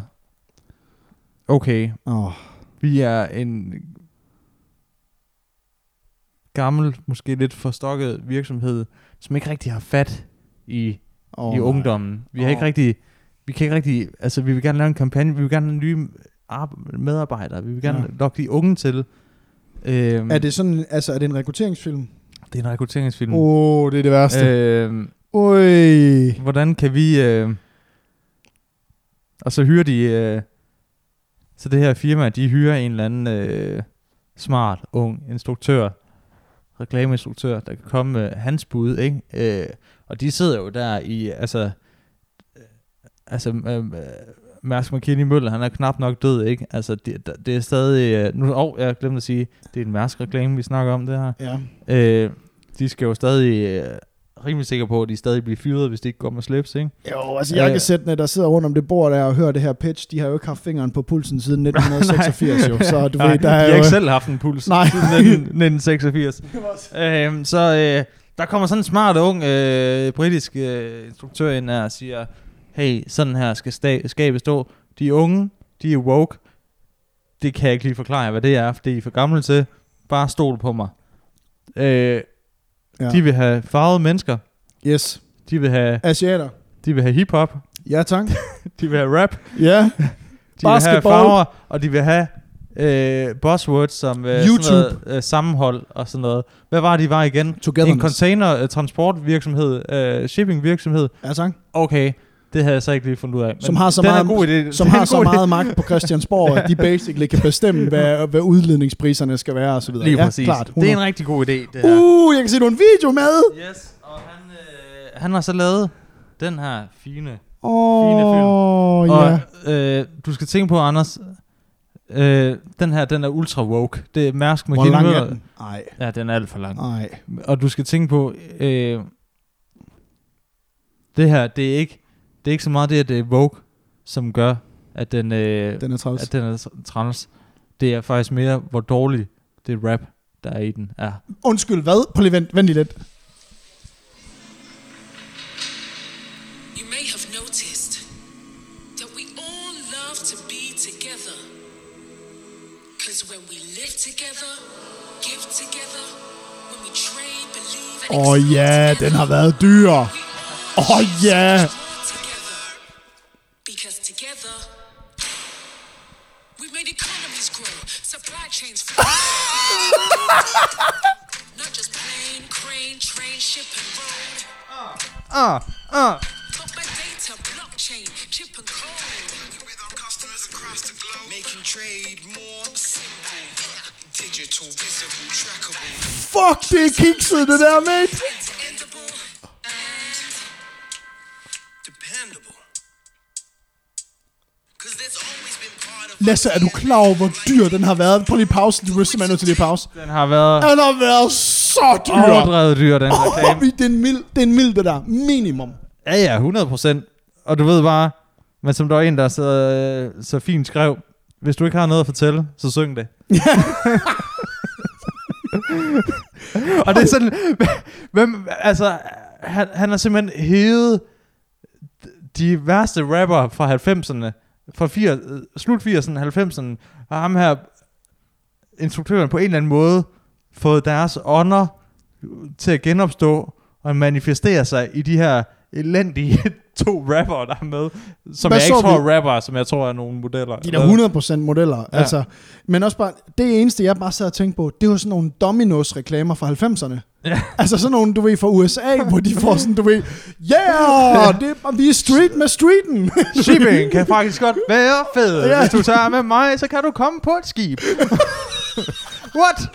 Speaker 1: okay,
Speaker 2: Oh.
Speaker 1: Vi er en gammel, måske lidt forstokket virksomhed, som ikke rigtig har fat i,
Speaker 2: Oh,
Speaker 1: oh, i ungdommen. Vi har
Speaker 2: Åh.
Speaker 1: ikke rigtig, vi kan ikke rigtig, altså vi vil gerne lave en kampagne, vi vil gerne have nye ar- medarbejdere, vi vil gerne
Speaker 2: Ja.
Speaker 1: lokke de unge til. Øhm,
Speaker 2: Er det sådan, altså er det en rekrutteringsfilm?
Speaker 1: det er en rekrutteringsfilm.
Speaker 2: Åh, oh, det er det værste. Øh.
Speaker 1: øhm,
Speaker 2: Oj.
Speaker 1: hvordan kan vi, øh, og så hyrer de, øh, så det her firma, de hyrer en eller anden øh, smart, ung instruktør, reklameinstruktør, der kan komme med hans bud, ikke? Øh, og de sidder jo der i, altså, øh, altså, øh, Mærsk McKinney Møller, han er knap nok død, ikke? Altså, det, der- det er stadig, øh, nu, åh, jeg glemte at sige, det er en Mærsk-reklame, vi snakker om det her.
Speaker 2: Ja.
Speaker 1: Øh, de skal jo stadig øh, rimelig sikker på, at de stadig bliver fyret, hvis de ikke går med slips, ikke?
Speaker 2: Jo, altså
Speaker 1: Ja, ja.
Speaker 2: jakkesættene, der sidder rundt om det bord der og hører det her pitch, de har jo ikke haft fingeren på pulsen siden 1986 jo, så du ved, der
Speaker 1: de
Speaker 2: er
Speaker 1: har
Speaker 2: jo...
Speaker 1: ikke selv haft en puls
Speaker 2: Nej.
Speaker 1: siden 19- 1986. øhm, så øh, der kommer sådan en smart ung øh, britisk øh, instruktør ind her og siger, hey, sådan her skal sta- skabet stå. De unge, de er woke. Det kan jeg ikke lige forklare jer, hvad det er, for det er I for gamle til. Bare stol på mig. Øh,
Speaker 2: Ja.
Speaker 1: ja. De vil have farvede mennesker.
Speaker 2: Yes.
Speaker 1: De vil have,
Speaker 2: Asiater.
Speaker 1: de vil have hiphop.
Speaker 2: Ja, tak.
Speaker 1: De vil have rap.
Speaker 2: Ja.
Speaker 1: De Basketball.
Speaker 2: Basketball.
Speaker 1: vil have farver, og de vil have øh, buzzwords som øh, Sådan
Speaker 2: YouTube.
Speaker 1: noget, øh, sammenhold og sådan noget. Hvad var det, de var igen? En
Speaker 2: Togetherness.
Speaker 1: container, øh, transportvirksomhed, øh, shippingvirksomhed.
Speaker 2: Ja, tak.
Speaker 1: Okay, det havde jeg så ikke lige fundet ud af.
Speaker 2: Som har så
Speaker 1: den er
Speaker 2: meget-
Speaker 1: en god idé.
Speaker 2: Som
Speaker 1: Den er
Speaker 2: har
Speaker 1: en
Speaker 2: så
Speaker 1: god idé.
Speaker 2: meget magt på Christiansborg, at de basically kan bestemme, hvad, hvad udledningspriserne skal være og så videre.
Speaker 1: Lige
Speaker 2: ja,
Speaker 1: præcis.
Speaker 2: Klart,
Speaker 1: det er en rigtig god idé, det her.
Speaker 2: Uh, jeg kan se, du har en video med!
Speaker 1: Yes, og han, øh, han har så lavet den her fine Fine film.
Speaker 2: Åh, oh, ja.
Speaker 1: Og øh, du skal tænke på, Anders, øh, den her, den er ultra woke. Det er Mærsk
Speaker 2: Hvor lang
Speaker 1: McKinney
Speaker 2: er
Speaker 1: Møller.
Speaker 2: den? Ej,
Speaker 1: Ja, den er alt for lang.
Speaker 2: ej.
Speaker 1: Og du skal tænke på, øh, det her, det er ikke, det er ikke så meget det, at det er Vogue, som gør, at den, øh, den,
Speaker 2: Den er træls.
Speaker 1: at den er tr- træls. Det er faktisk mere, hvor dårlig det rap, der er i den, er.
Speaker 2: Undskyld, hvad? Prøv lige vent, vent lige lidt.
Speaker 4: You may have noticed that we all love to be together. Because when we live together, give together, when we train, believe, and
Speaker 2: Åh oh,
Speaker 4: excel
Speaker 2: ja,
Speaker 4: together,
Speaker 2: den har været dyr.
Speaker 4: we all
Speaker 2: Åh oh, ja.
Speaker 4: are together. Because together, we made economies grow, supply chains flow. Not just plane, crane, train, ship, and road.
Speaker 1: Ah, ah.
Speaker 4: But by data, blockchain, chip, and code.
Speaker 5: with our customers across the globe, making trade more simple, digital, visible, trackable.
Speaker 2: Fuck, det er kikset, det der, mate.
Speaker 4: It's endable and
Speaker 5: dependable. Cause there's always been part of
Speaker 2: Lasse, er du klar over, hvor dyr den har været? Prøv lige pausen, du er simpelthen nødt til lige pause.
Speaker 1: Den har været
Speaker 2: Den har været så dyr.
Speaker 1: overdrevet dyr, den
Speaker 2: Oh,
Speaker 1: reklame.
Speaker 2: det, er en mild, det er en mild, det der. Minimum.
Speaker 1: Ja, ja, 100 procent. Og du ved bare, men som der var en, der så, øh, så fint skrev, hvis du ikke har noget at fortælle, så syng det. og det er sådan, hvem, altså, han, han har simpelthen hævet de værste rapper fra 90'erne, fra 80, øh, slut 80'erne, 90'erne, og ham her, instruktøren på en eller anden måde, fået deres ånder til at genopstå og manifestere sig i de her elendige to rapper, der er med, som
Speaker 2: Hvad
Speaker 1: jeg ikke
Speaker 2: så
Speaker 1: tror er rapper, som jeg tror er nogle modeller.
Speaker 2: De der 100% modeller. Ja.
Speaker 1: Ja.
Speaker 2: Altså, men også bare, det eneste, jeg bare sad og tænkte på, det var sådan nogle Domino's-reklamer fra 90'erne.
Speaker 1: Ja.
Speaker 2: Altså sådan nogle, du ved, fra USA, hvor de får sådan, du ved, yeah, det, er- vi er street med streeten.
Speaker 1: Shipping kan faktisk godt være fed.
Speaker 2: Ja.
Speaker 1: ja. Hvis du tager med mig, så kan du komme på et skib. What?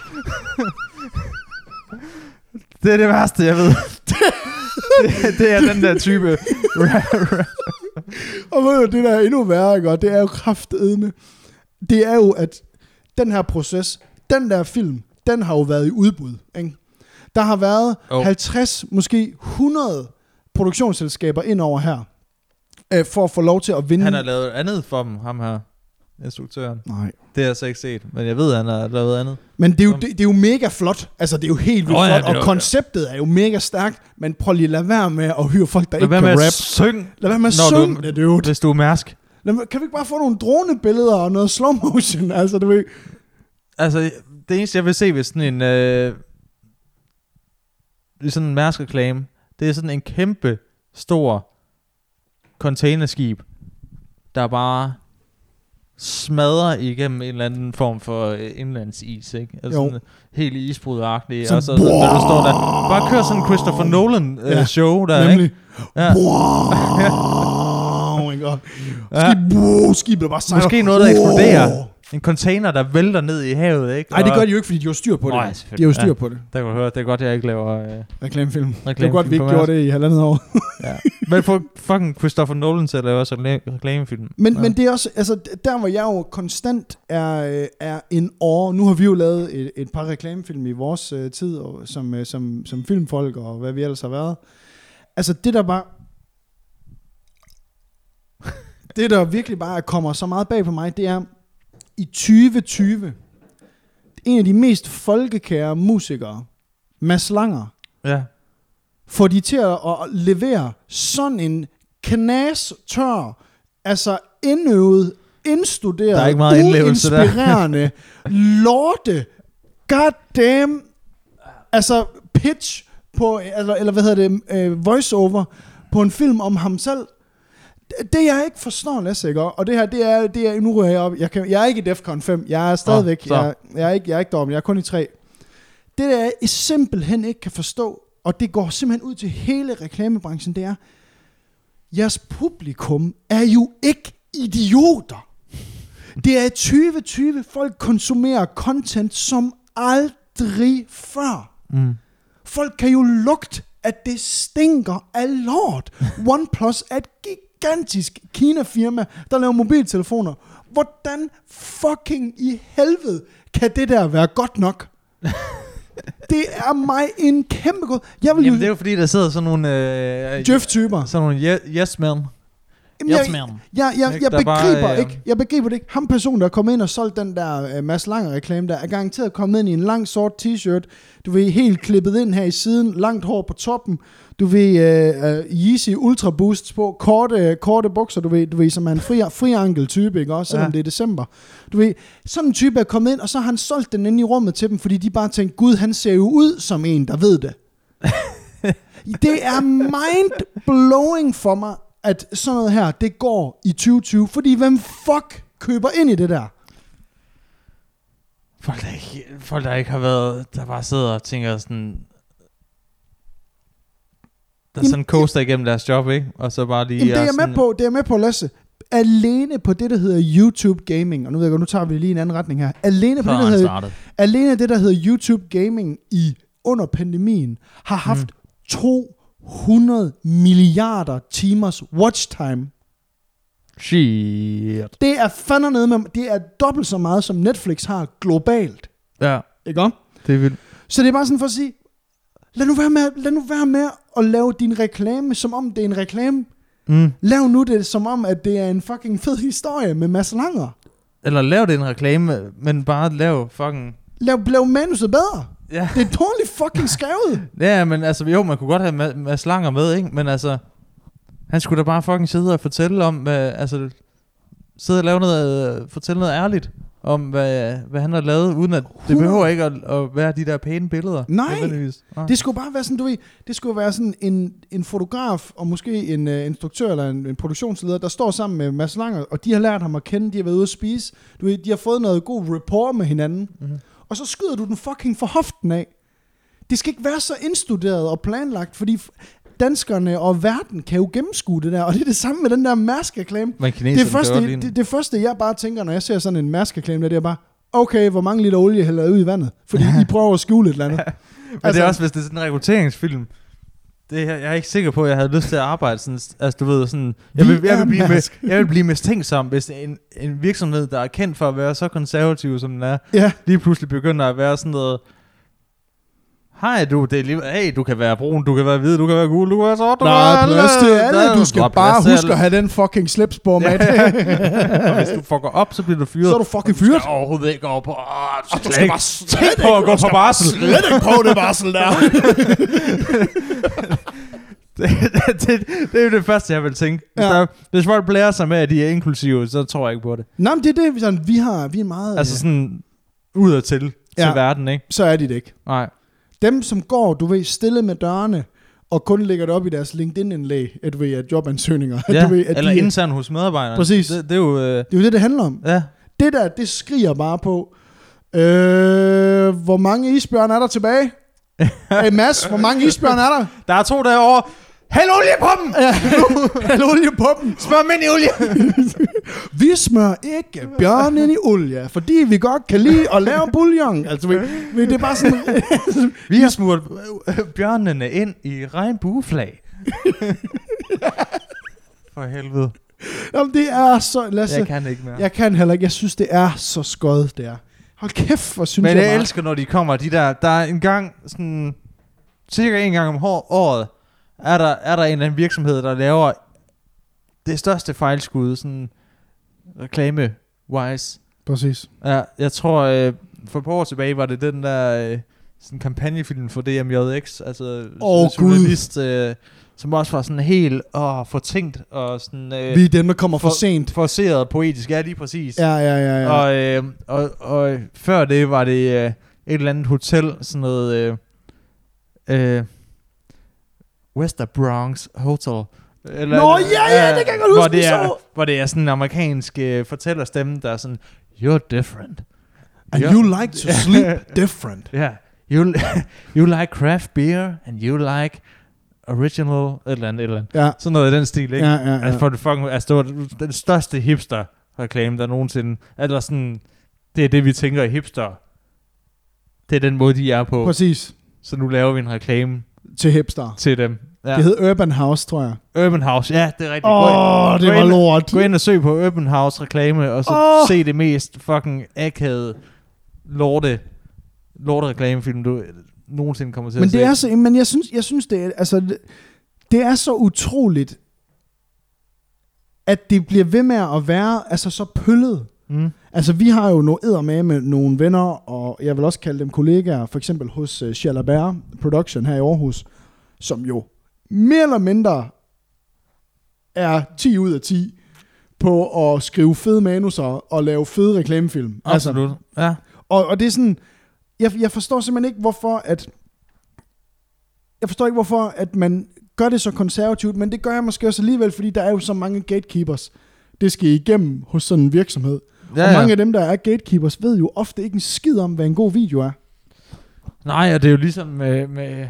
Speaker 1: det er det værste, jeg ved. det, det er den der type.
Speaker 2: Og ved du, det der er endnu værre, ikke? og det er jo kraftedme. Det er jo, at den her proces, den der film, den har jo været i udbud. Ikke? Der har været
Speaker 1: Jo.
Speaker 2: oh. 50, måske 100 produktionsselskaber ind over her, øh, for at få lov til at vinde.
Speaker 1: Han har lavet andet for dem, ham her, instruktøren.
Speaker 2: Nej.
Speaker 1: Det har jeg så ikke set, men jeg ved, at han har lavet andet.
Speaker 2: Men det er, jo, det, det er jo mega flot. Altså, det er jo helt vildt
Speaker 1: Nå ja,
Speaker 2: flot,
Speaker 1: det er jo-
Speaker 2: og konceptet er jo mega stærkt, men prøv lige at lade være med at hyre folk, der
Speaker 1: Lad
Speaker 2: ikke
Speaker 1: være
Speaker 2: kan
Speaker 1: med at
Speaker 2: rap.
Speaker 1: synge.
Speaker 2: Lad være med at
Speaker 1: når du-
Speaker 2: synge det, dude.
Speaker 1: Hvis du er mærsk.
Speaker 2: Lad, være- kan vi ikke bare få nogle dronebilleder og noget slow motion? Altså, du ved...
Speaker 1: Altså, det eneste, jeg vil se ved sådan en... Øh, ved sådan en mærsk-reklame, det er sådan en kæmpe, stor containerskib, der bare smadrer igennem en eller anden form for øh, indlandsis, ikke? Altså
Speaker 2: Jo.
Speaker 1: sådan helt isbrudagtigt.
Speaker 2: Sådan,
Speaker 1: Og så, så, når du står der, bare kør sådan en Christopher Nolan-show øh,
Speaker 2: Ja,
Speaker 1: show der,
Speaker 2: Nemlig.
Speaker 1: ikke? Ja.
Speaker 2: Wow, oh my god. Skib, wow, skibet er bare sejler.
Speaker 1: Måske noget, der
Speaker 2: Wow.
Speaker 1: eksploderer. En container, der vælter ned i havet, ikke?
Speaker 2: Nej, det
Speaker 1: Og-
Speaker 2: gør de jo ikke, fordi de har jo styr på det.
Speaker 1: Nej,
Speaker 2: de har jo
Speaker 1: selvfølgelig.
Speaker 2: styr
Speaker 1: Ja.
Speaker 2: på det.
Speaker 1: Der kan du høre, det er godt, jeg ikke laver... Øh,
Speaker 2: Reklamefilm. Det var
Speaker 1: Reklamefilm
Speaker 2: godt, vi ikke
Speaker 1: på
Speaker 2: gjorde det i halvandet år.
Speaker 1: ja. Men for fucking Christopher Nolan til at lave også en la- reklamefilm.
Speaker 2: Men, ja. men det er også, altså der hvor jeg jo konstant er, øh, er en år, nu har vi jo lavet et, et par reklamefilm i vores øh, tid, og, som, øh, som, som filmfolk og hvad vi ellers har været. Altså det der bare, det der virkelig bare kommer så meget bag på mig, det er i 2020, en af de mest folkekære musikere, Mads Langer,
Speaker 1: Ja.
Speaker 2: får de til at at levere sådan en knas tør, altså indøvet, indstuderet,
Speaker 1: Der er ikke meget indlevelse der.
Speaker 2: uinspirerende, lorte, goddamn, altså pitch på, eller, eller hvad hedder det, øh, voiceover på en film om ham selv. Det, det jeg ikke forstår, Lasse, ikke? Og det her, det er, det er nu rører jeg op. Jeg, kan, jeg er ikke i Defcon 5. Jeg er stadigvæk,
Speaker 1: så.
Speaker 2: jeg, jeg, er ikke, jeg er ikke deroppe, jeg er kun i 3. Det der, jeg simpelthen ikke kan forstå, og det går simpelthen ud til hele reklamebranchen, det er, jeres publikum er jo ikke idioter. Det er 2020, folk konsumerer content som aldrig før. Mm. Folk kan jo lugte, at det stinker af lort. OnePlus er et gigantisk Kina-firma, der laver mobiltelefoner. Hvordan fucking i helvede kan det der være godt nok? det er mig en kæmpe god... Jeg vil
Speaker 1: Jamen, det er
Speaker 2: jo...
Speaker 1: jo fordi, der sidder sådan nogle... Øh,
Speaker 2: Jeff-typer.
Speaker 1: Sådan nogle ye- yes men.
Speaker 2: Jamen,
Speaker 1: Yes,
Speaker 2: jeg,
Speaker 1: ma'am.
Speaker 2: jeg, jeg,
Speaker 1: Ikke?
Speaker 2: jeg,
Speaker 1: Der er bare,
Speaker 2: begriber
Speaker 1: øh,
Speaker 2: ikke, jeg begriber det ikke. Ham person, der kom ind og solgte den der øh, Mads Langer-reklame, der er garanteret kommet ind i en lang sort t-shirt. Du ved, helt klippet ind her i siden, langt hår på toppen. Du ved, øh, øh, Yeezy Ultra Boosts på, korte, korte bukser, du ved, du ved, som er en fri, fri ankel type, ikke også, selvom
Speaker 1: Ja.
Speaker 2: det er december. Du ved, sådan en type er kommet ind, og så har han solgt den inde i rummet til dem, fordi de bare tænkte, gud, han ser jo ud som en, der ved det. Det er mind-blowing for mig, at sådan noget her, det går i 2020, fordi hvem fuck køber ind i det der?
Speaker 1: Folk der, ikke, folk, der ikke har været... Der bare sidder og tænker sådan... Der
Speaker 2: Jamen,
Speaker 1: sådan coaster igennem deres job, ikke? Og så bare lige...
Speaker 2: Jamen, det er jeg
Speaker 1: sådan,
Speaker 2: med på, det er jeg med på, Lasse. Alene på det, der hedder YouTube Gaming, og nu ved jeg godt, nu tager vi lige en anden retning her. Alene på
Speaker 1: Så
Speaker 2: det,
Speaker 1: har
Speaker 2: der
Speaker 1: han
Speaker 2: hedder,
Speaker 1: startet.
Speaker 2: alene det, der hedder YouTube Gaming i under pandemien, har haft mm. 200 milliarder timers watch time
Speaker 1: Shit.
Speaker 2: Det er fandme nede med, det er dobbelt så meget, som Netflix har globalt.
Speaker 1: Ja,
Speaker 2: Ikke om?
Speaker 1: det er vildt.
Speaker 2: Så det er bare sådan for at sige, lad nu være med, lad nu være med at lave din reklame, som om det er en reklame.
Speaker 1: Mm.
Speaker 2: Lav nu det, som om, at det er en fucking fed historie med Mads Langer.
Speaker 1: Eller lav det en reklame, men bare lav fucking...
Speaker 2: Lav, lav manuset bedre.
Speaker 1: Ja.
Speaker 2: Det er dårligt fucking skrevet.
Speaker 1: Ja, men altså, jo, man kunne godt have Ma- Mads Langer med, ikke? Men altså, han skulle da bare fucking sidde og fortælle om, hvad, altså, sidde og lave noget, øh, fortælle noget ærligt om, hvad, hvad han har lavet, uden at det
Speaker 2: 100.
Speaker 1: behøver ikke at, at være de der pæne billeder.
Speaker 2: Nej.
Speaker 1: nødvendigvis. Ah. Nej.
Speaker 2: Det skulle bare være sådan, du ved, det skulle være sådan en, en fotograf og måske en uh, instruktør eller en, en produktionsleder, der står sammen med Mads Langer, og de har lært ham at kende, de har været ude at spise, du ved, de har fået noget god rapport med hinanden, mm-hmm. og så skyder du den fucking for hoften af. Det skal ikke være så indstuderet og planlagt, fordi f- danskerne og verden kan jo gennemskue det der, og det er det samme med den der mærskreklame.
Speaker 1: Men kineserne
Speaker 2: Det
Speaker 1: kan godt lide
Speaker 2: første,
Speaker 1: den.
Speaker 2: det, det første, jeg bare tænker, når jeg ser sådan en mærskreklame, der, det er bare, okay, hvor mange liter olie hælder jeg ud i vandet? Fordi I prøver at skjule et eller andet.
Speaker 1: Men altså, det er også, hvis det er sådan en rekrutteringsfilm. Det er, jeg er ikke sikker på, at jeg havde lyst til at arbejde sådan, altså du ved, sådan, jeg
Speaker 2: Vi
Speaker 1: vil, jeg
Speaker 2: er
Speaker 1: vil, blive,
Speaker 2: Mærsk.
Speaker 1: med, jeg vil blive mistænksom, hvis en, en virksomhed, der er kendt for at være så konservativ, som den er,
Speaker 2: Ja.
Speaker 1: lige pludselig begynder at være sådan noget, hej du, det er lige, hey, du kan være brun, du kan være hvid, du kan være gul, du kan være sort, du
Speaker 2: Der
Speaker 1: kan være
Speaker 2: er plads til
Speaker 1: der-
Speaker 2: alle. Du skal
Speaker 1: der er
Speaker 2: bare
Speaker 1: plads til
Speaker 2: huske at have den fucking slips på, mand.
Speaker 1: alle. Og hvis du fucker op, så bliver du fyret.
Speaker 2: Så er du fucking fyret.
Speaker 1: Jeg overhovedet ikke over på, åh, du skal,
Speaker 2: skal
Speaker 1: ikke,
Speaker 2: bare
Speaker 1: slet ikke på at gå på barsel.
Speaker 2: Slet ikke på det varsel der.
Speaker 1: det, det, det, det er jo det første, jeg vil tænke. Hvis,
Speaker 2: Ja.
Speaker 1: ja. der, hvis folk blærer sig med, at de er inklusive, så tror jeg ikke på det.
Speaker 2: Nå, men det er det, vi, sådan, vi har. Vi er meget...
Speaker 1: Altså sådan ud og til, ja.
Speaker 2: Ja.
Speaker 1: til verden, ikke?
Speaker 2: så er de det ikke.
Speaker 1: Nej.
Speaker 2: Dem, som går, du ved, stille med dørene, og kun lægger det op i deres LinkedIn-indlæg, at du ved, at jobansøgninger. at
Speaker 1: Ja.
Speaker 2: du ved, at
Speaker 1: Eller
Speaker 2: de,
Speaker 1: internt hos medarbejderne.
Speaker 2: Præcis.
Speaker 1: Det, det er jo... Øh,
Speaker 2: Det er jo det, det handler om.
Speaker 1: ja.
Speaker 2: Det der, det skriger bare på, øh, hvor mange isbjørn er der tilbage? hey Mads, hvor mange isbjørn er der?
Speaker 1: Der er to derovre. Hæld olie på dem!
Speaker 2: Ja, Hæld olie på dem.
Speaker 1: Smør dem ind i olie!
Speaker 2: Vi smører ikke bjørnen i olie, fordi vi godt kan lide at lave bouillon. Altså, vi, vi, det er bare sådan...
Speaker 1: Vi har smurt øh, øh, bjørnene ind i regnbueflag. for helvede.
Speaker 2: Jamen, det er så... Lasse,
Speaker 1: Jeg
Speaker 2: jeg kan,
Speaker 1: kan ikke mere.
Speaker 2: jeg kan heller ikke. Jeg synes, det er så skød, det er. Hold kæft, hvor synes
Speaker 1: Men
Speaker 2: jeg
Speaker 1: jeg
Speaker 2: bare-
Speaker 1: elsker, når de kommer, de der, der er en gang, sådan, cirka en gang om hår- året, er der, er der en eller anden virksomhed, der laver det største fejlskud, sådan reklame-wise.
Speaker 2: Præcis.
Speaker 1: Ja, jeg tror, øh, for et par år tilbage var det den der øh, sådan kampagnefilm for DMJX, altså
Speaker 2: Åh,
Speaker 1: sådan en journalist, øh, som også var sådan helt åh, fortænkt og sådan øh,
Speaker 2: Vi er dem, der kommer for,
Speaker 1: for-
Speaker 2: sent.
Speaker 1: forceret poetisk. Ja, lige præcis.
Speaker 2: Ja, ja, ja. ja.
Speaker 1: Og, øh, og, og før det var det øh, et eller andet hotel, sådan noget... Øh, øh, Wester Bronx Hotel. Eller,
Speaker 2: Nå, ja, ja, det kan jeg godt
Speaker 1: hvor
Speaker 2: huske, vi
Speaker 1: det er,
Speaker 2: så.
Speaker 1: Hvor det er sådan en amerikansk øh, fortællerstemme, der er sådan, you're different.
Speaker 2: And
Speaker 1: Ja.
Speaker 2: you like to sleep different.
Speaker 1: Ja. Yeah. You, you like craft beer, and you like original, et eller andet, et eller andet.
Speaker 2: Ja,
Speaker 1: Sådan noget i den stil, ikke?
Speaker 2: ja, ja. ja.
Speaker 1: Altså for det fucking, altså det var den største hipster reklame der nogensinde, eller sådan, det er det vi tænker i hipster. Det er den måde de er på.
Speaker 2: Præcis.
Speaker 1: Så nu laver vi en reklame
Speaker 2: Til hipster.
Speaker 1: til dem. Ja.
Speaker 2: Det hed Urban House, tror jeg.
Speaker 1: Urban House, ja det er rigtigt. Gå ind-
Speaker 2: Åh, oh, det
Speaker 1: gå
Speaker 2: var
Speaker 1: ind-
Speaker 2: lort.
Speaker 1: Gå ind og søg på Urban House reklame, og så
Speaker 2: Åh!
Speaker 1: oh. se det mest fucking akavede lorte, lorte reklamefilm, du nogensinde kommer til
Speaker 2: Men
Speaker 1: at se.
Speaker 2: det er så, men jeg synes, jeg synes det, er, altså, det- det er så utroligt, at det bliver ved med at være altså, så pøllet.
Speaker 1: Mm.
Speaker 2: Altså, vi har jo noget æder med med nogle venner, og jeg vil også kalde dem kollegaer, for eksempel hos uh, Chalabert Production her i Aarhus, som jo mere eller mindre er 10 ud af 10 på at skrive fede manuser og lave fede reklamefilm. Altså,
Speaker 1: Absolut. ja.
Speaker 2: Og, og det er sådan, jeg, jeg forstår simpelthen ikke, hvorfor at, jeg forstår ikke, hvorfor at man gør det så konservativt, men det gør jeg måske også alligevel, fordi der er jo så mange gatekeepers, det skal igennem hos sådan en virksomhed. Ja,
Speaker 1: Ja,
Speaker 2: og
Speaker 1: ja.
Speaker 2: mange af dem, der er gatekeepers, ved jo ofte ikke en skid om, hvad en god video er.
Speaker 1: Nej, og det er jo ligesom med, med,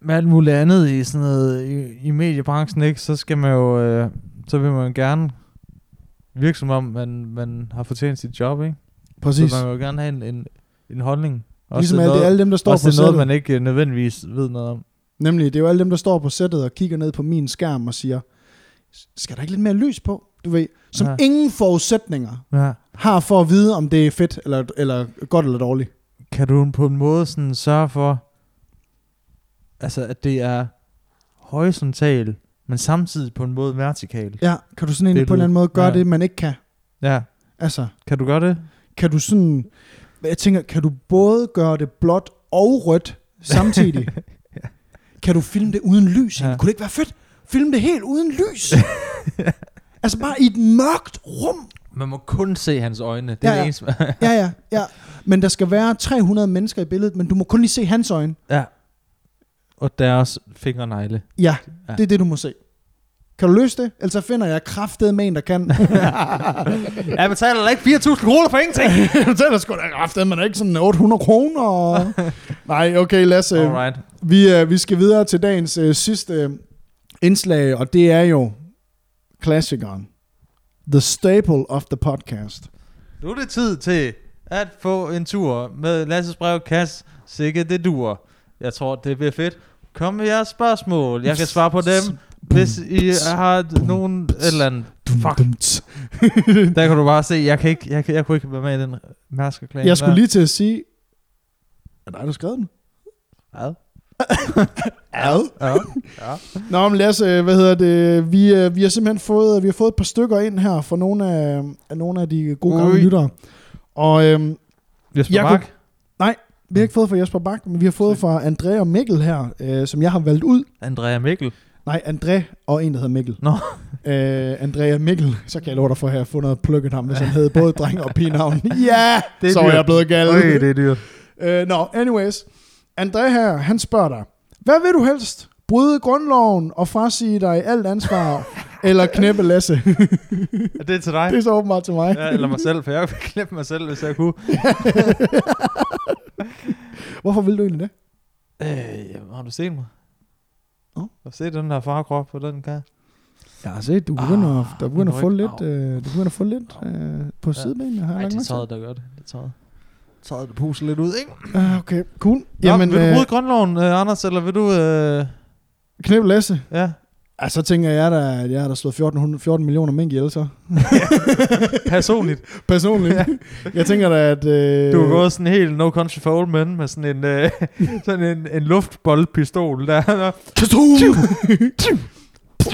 Speaker 1: med alt muligt andet i sådan noget, i, i mediebranchen, ikke? Så skal man jo, øh, så vil man jo gerne virke som om, man, man har fortjent sit job, ikke?
Speaker 2: Præcis.
Speaker 1: Så man vil jo gerne have en, en, en holdning.
Speaker 2: Ligesom
Speaker 1: til
Speaker 2: alle, det er alle dem, der står
Speaker 1: også
Speaker 2: på
Speaker 1: til noget,
Speaker 2: sættet.
Speaker 1: man ikke øh, nødvendigvis ved noget om.
Speaker 2: Nemlig, det er jo alle dem, der står på sættet og kigger ned på min skærm og siger, skal der ikke lidt mere lys på? Du ved, som ja.
Speaker 1: Ja.
Speaker 2: ingen forudsætninger
Speaker 1: Ja.
Speaker 2: har for at vide, om det er fedt, eller, eller godt eller dårligt.
Speaker 1: Kan du på en måde sådan sørge for, altså at det er horisontal, men samtidig på en måde vertikal?
Speaker 2: Ja, kan du sådan egentlig
Speaker 1: Det
Speaker 2: på en
Speaker 1: lyder-
Speaker 2: eller anden måde gøre ja.
Speaker 1: ja.
Speaker 2: det, man ikke kan?
Speaker 1: Ja.
Speaker 2: Altså,
Speaker 1: Kan du gøre det?
Speaker 2: kan du sådan... Jeg tænker, kan du både gøre det blåt og rødt samtidig? Kan du filme det uden lys? Ja.
Speaker 1: Ja.
Speaker 2: Kunne det ikke være fedt? Filme det helt uden lys? altså bare i et mørkt rum.
Speaker 1: Man må kun se hans øjne. Det er
Speaker 2: Ja,
Speaker 1: det
Speaker 2: ja.
Speaker 1: eneste.
Speaker 2: Ja, ja, ja. Men der skal være 300 mennesker i billedet, men du må kun lige se hans øjne.
Speaker 1: Ja. Og deres fingernegle.
Speaker 2: Ja,
Speaker 1: Ja.
Speaker 2: det er det, du må se. Kan du løse det? Ellers så finder jeg kraftet med en, der kan.
Speaker 1: Jeg betaler da ikke 4.000 kroner for ingenting.
Speaker 2: det er da sgu da kraftet, men ikke sådan 800 kroner. Og... Nej, okay, Lasse.
Speaker 1: Alright.
Speaker 2: Vi, øh, vi skal videre til dagens øh, sidste øh, indslag, og det er jo klassikeren. The staple of the podcast.
Speaker 1: Nu er det tid til at få en tur med Lasses brevkasse. Sikke det duer. Jeg tror, det bliver fedt. Kom med jeres spørgsmål. Jeg kan svare på dem, hvis I har nogen et eller andet. Fuck. Der kan du bare se, jeg, kan ikke, jeg, kan, jeg kunne ikke være med i den mærskeklage.
Speaker 2: Jeg skulle lige til at sige... Er der, der skrev den?
Speaker 1: Ad.
Speaker 2: Ad.
Speaker 1: Ja. ja.
Speaker 2: Nå, men Lasse, øh, hvad hedder det? Vi, øh, vi har simpelthen fået, vi har fået et par stykker ind her fra nogle af, af, nogle af de gode gamle
Speaker 1: Ui.
Speaker 2: lyttere. Og øhm,
Speaker 1: Jesper jeg
Speaker 2: Jeg
Speaker 1: Mark. Kunne...
Speaker 2: vi har ikke fået fra Jesper Bak, men vi har fået fra André og Mikkel her, øh, som jeg har valgt ud.
Speaker 1: Andrea Mikkel.
Speaker 2: Nej, André og en, der hedder Mikkel.
Speaker 1: Nå.
Speaker 2: Øh, Andrea Mikkel, så kan jeg love dig for, at jeg har fundet og plukket ham, hvis han havde både dreng og pigenavn. ja,
Speaker 1: Det er
Speaker 2: så er
Speaker 1: dyrt.
Speaker 2: jeg blevet gal.
Speaker 1: Øj, det er dyrt.
Speaker 2: Øh, Nå, no, anyways. André her, han spørger dig, hvad vil du helst? Bryde grundloven og frasige dig alt ansvar, eller knæppe Lasse?
Speaker 1: Er det til dig?
Speaker 2: det er så åbenbart til mig.
Speaker 1: Ja, eller mig selv, for jeg ville klippe mig selv, hvis jeg kunne.
Speaker 2: Hvorfor vil du egentlig det?
Speaker 1: Øh, jamen, har du set mig?
Speaker 2: Nå.
Speaker 1: Har du set den der farkrop på den kan?
Speaker 2: Jeg har set, du begynder, ah, der begynder at få
Speaker 1: ryg.
Speaker 2: lidt,
Speaker 1: Au.
Speaker 2: øh, du begynder at få lidt øh, på sidebenene. Har jeg lagt mærke til.
Speaker 1: der gør det. Det er tøjet. Tøjet, der puser lidt ud, ikke? Nå,
Speaker 2: Ah, okay, cool.
Speaker 1: Jamen,
Speaker 2: Jamen,
Speaker 1: vil du
Speaker 2: øh,
Speaker 1: bryde grundloven, øh, Anders, eller vil du... Øh,
Speaker 2: knæppe Lasse.
Speaker 1: ja.
Speaker 2: Ja, så tænker jeg, da, at jeg har da slået 14, 14 millioner mink ihjel så.
Speaker 1: Personligt.
Speaker 2: Øh, Personligt. ja. Jeg tænker da, at... Øh,
Speaker 1: Du har gået sådan helt No Country for Old Men med sådan en, øh, sådan en, en luftboldpistol, der
Speaker 2: Kastum!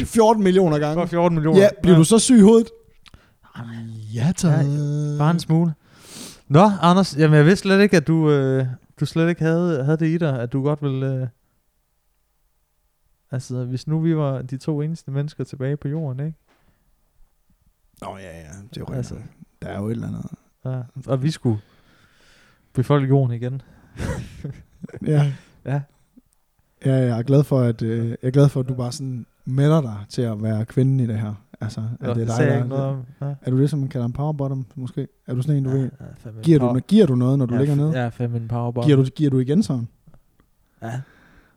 Speaker 2: 14 millioner gange.
Speaker 1: var 14 millioner.
Speaker 2: Ja, bliver du så syg i hovedet? Ja, tak.
Speaker 1: Bare
Speaker 2: Mm.
Speaker 1: en smule. Nå, Anders, jamen jeg vidste slet ikke, at du, øh, du slet ikke havde, havde det i dig, at du godt ville... Øh, altså, hvis nu vi var de to eneste mennesker tilbage på jorden, ikke?
Speaker 2: Nå, ja, ja. Det er jo
Speaker 1: Altså.
Speaker 2: altså. Der er jo et eller andet.
Speaker 1: Ja. Og vi skulle befolke jorden igen.
Speaker 2: Ja.
Speaker 1: Ja.
Speaker 2: Ja, jeg er glad for, at, øh, jeg er glad for, at du bare sådan melder dig til at være kvinden i det her. Altså, at
Speaker 1: Nå,
Speaker 2: det er dig,
Speaker 1: sagde jeg
Speaker 2: der
Speaker 1: ikke noget om. Ja.
Speaker 2: Er du det, som man kalder en power bottom, måske? Er du sådan en, du ja, ved?
Speaker 1: Ja, fandme en
Speaker 2: Giver du,
Speaker 1: power-
Speaker 2: giver du noget, når du
Speaker 1: ja,
Speaker 2: ja, ligger
Speaker 1: f-
Speaker 2: nede? Ja,
Speaker 1: Ja, fandme en powerbomb.
Speaker 2: giver, du, giver du igen sådan?
Speaker 1: Ja.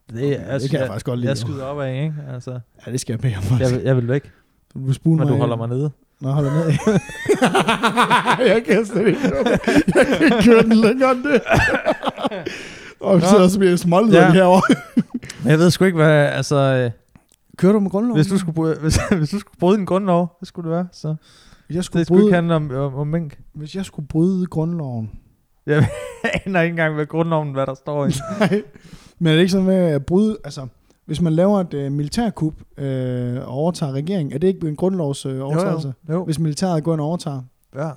Speaker 1: Det,
Speaker 2: Okay,
Speaker 1: okay, jeg,
Speaker 2: det kan altså- jeg, faktisk godt lide.
Speaker 1: Jeg
Speaker 2: jo.
Speaker 1: skyder op af, ikke? Altså,
Speaker 2: Ja, det skal jeg bede om. faktisk.
Speaker 1: jeg, vil- jeg vil væk,
Speaker 2: Du vil spule
Speaker 1: men
Speaker 2: mig.
Speaker 1: du
Speaker 2: af.
Speaker 1: holder mig nede.
Speaker 2: Nå, holder ned. jeg kan slet ikke. Jeg kan ikke køre den længere end det. Og så, så bliver jeg smålet
Speaker 1: Ja.
Speaker 2: ja. herovre.
Speaker 1: Men jeg ved sgu ikke, hvad... Altså, øh,
Speaker 2: Kører du med grundloven?
Speaker 1: hvis, du skulle, bryde- hvis, hvis du skulle bryde en grundlov, hvad skulle det være? Så.
Speaker 2: jeg skulle
Speaker 1: Det skulle
Speaker 2: bryde,
Speaker 1: ikke handle om, om, om mink.
Speaker 2: Hvis jeg skulle bryde grundloven.
Speaker 1: Jeg aner ikke engang, hvad grundloven, hvad der står i.
Speaker 2: Nej. Men er det ikke sådan med at bryde... Altså, hvis man laver et øh, militærkup øh, og overtager regeringen, er det ikke en grundlovs øh, overtagelse?
Speaker 1: jo.
Speaker 2: Hvis militæret går ind og overtager.
Speaker 1: Ja.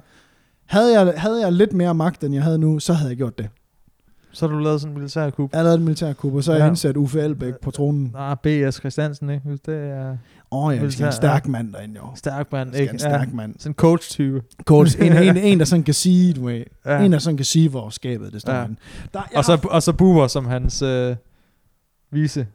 Speaker 2: Havde jeg, havde jeg lidt mere magt, end jeg havde nu, så havde jeg gjort det.
Speaker 1: Så har du lavet sådan en militærkup.
Speaker 2: Jeg har lavet et militærkup, og så har
Speaker 1: Ja.
Speaker 2: jeg indsat Uffe Elbæk på tronen.
Speaker 1: Nej, B.S. Christiansen, ikke? Hvis Det er
Speaker 2: Åh oh, ja, vi
Speaker 1: Militær,
Speaker 2: skal have en
Speaker 1: ja.
Speaker 2: stærk mand derinde, jo.
Speaker 1: stærk
Speaker 2: Vi
Speaker 1: mand,
Speaker 2: skal have
Speaker 1: ikke?
Speaker 2: en stærk mand.
Speaker 1: Ja. Sådan en coach-type.
Speaker 2: Coach, en, en, en, der sådan kan sige, du ved,
Speaker 1: Ja.
Speaker 2: en, der sådan kan sige, hvor skabet det står.
Speaker 1: Ja.
Speaker 2: Ja. Der, jeg
Speaker 1: Og så, og så Buber som hans øh, vice,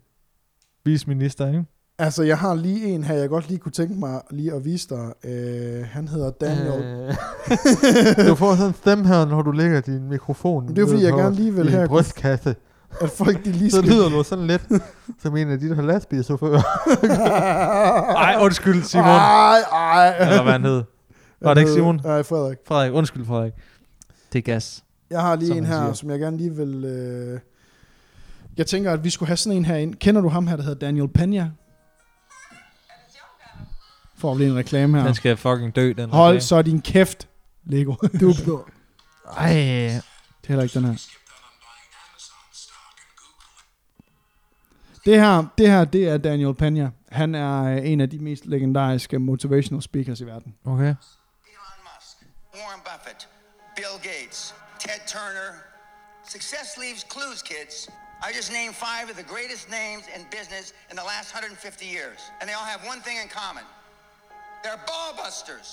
Speaker 1: viceminister, ikke?
Speaker 2: altså, jeg har lige en her, jeg godt lige kunne tænke mig lige at vise dig. Øh, han hedder
Speaker 1: Øh. du får sådan en stemme her, når du lægger din mikrofon.
Speaker 2: Men det er jo, fordi
Speaker 1: ned
Speaker 2: jeg
Speaker 1: på
Speaker 2: gerne lige vil
Speaker 1: din
Speaker 2: her-
Speaker 1: brystkasse.
Speaker 2: at folk de lige
Speaker 1: Så lyder du sådan lidt som en af de der lastbilchauffører. Nej, undskyld, Simon.
Speaker 2: Ej, ej.
Speaker 1: Eller hvad han hed. Var det ikke Simon?
Speaker 2: Nej, Frederik.
Speaker 1: Frederik, undskyld Frederik. Det er gas.
Speaker 2: Jeg har lige
Speaker 1: Som
Speaker 2: som en
Speaker 1: han
Speaker 2: her,
Speaker 1: siger.
Speaker 2: siger. som jeg gerne lige vil... Øh... Jeg tænker, at vi skulle have sådan en her ind. Kender du ham her, der hedder Daniel Pena? Får vi lige en reklame her.
Speaker 1: Den skal fucking dø, den.
Speaker 2: Hold så din kæft, Lego. Du er blå.
Speaker 1: Ej,
Speaker 2: Det er heller ikke den her. Det her, det her, det er Daniel Pena. Han er øh, en af de mest legendariske motivational speakers i verden.
Speaker 1: okay.
Speaker 6: Elon Musk, Warren Buffett, Bill Gates, Ted Turner. Success leaves clues, kids. I just named five of the greatest names in business in the last 150 years, and they all have one thing in common. They're ball busters.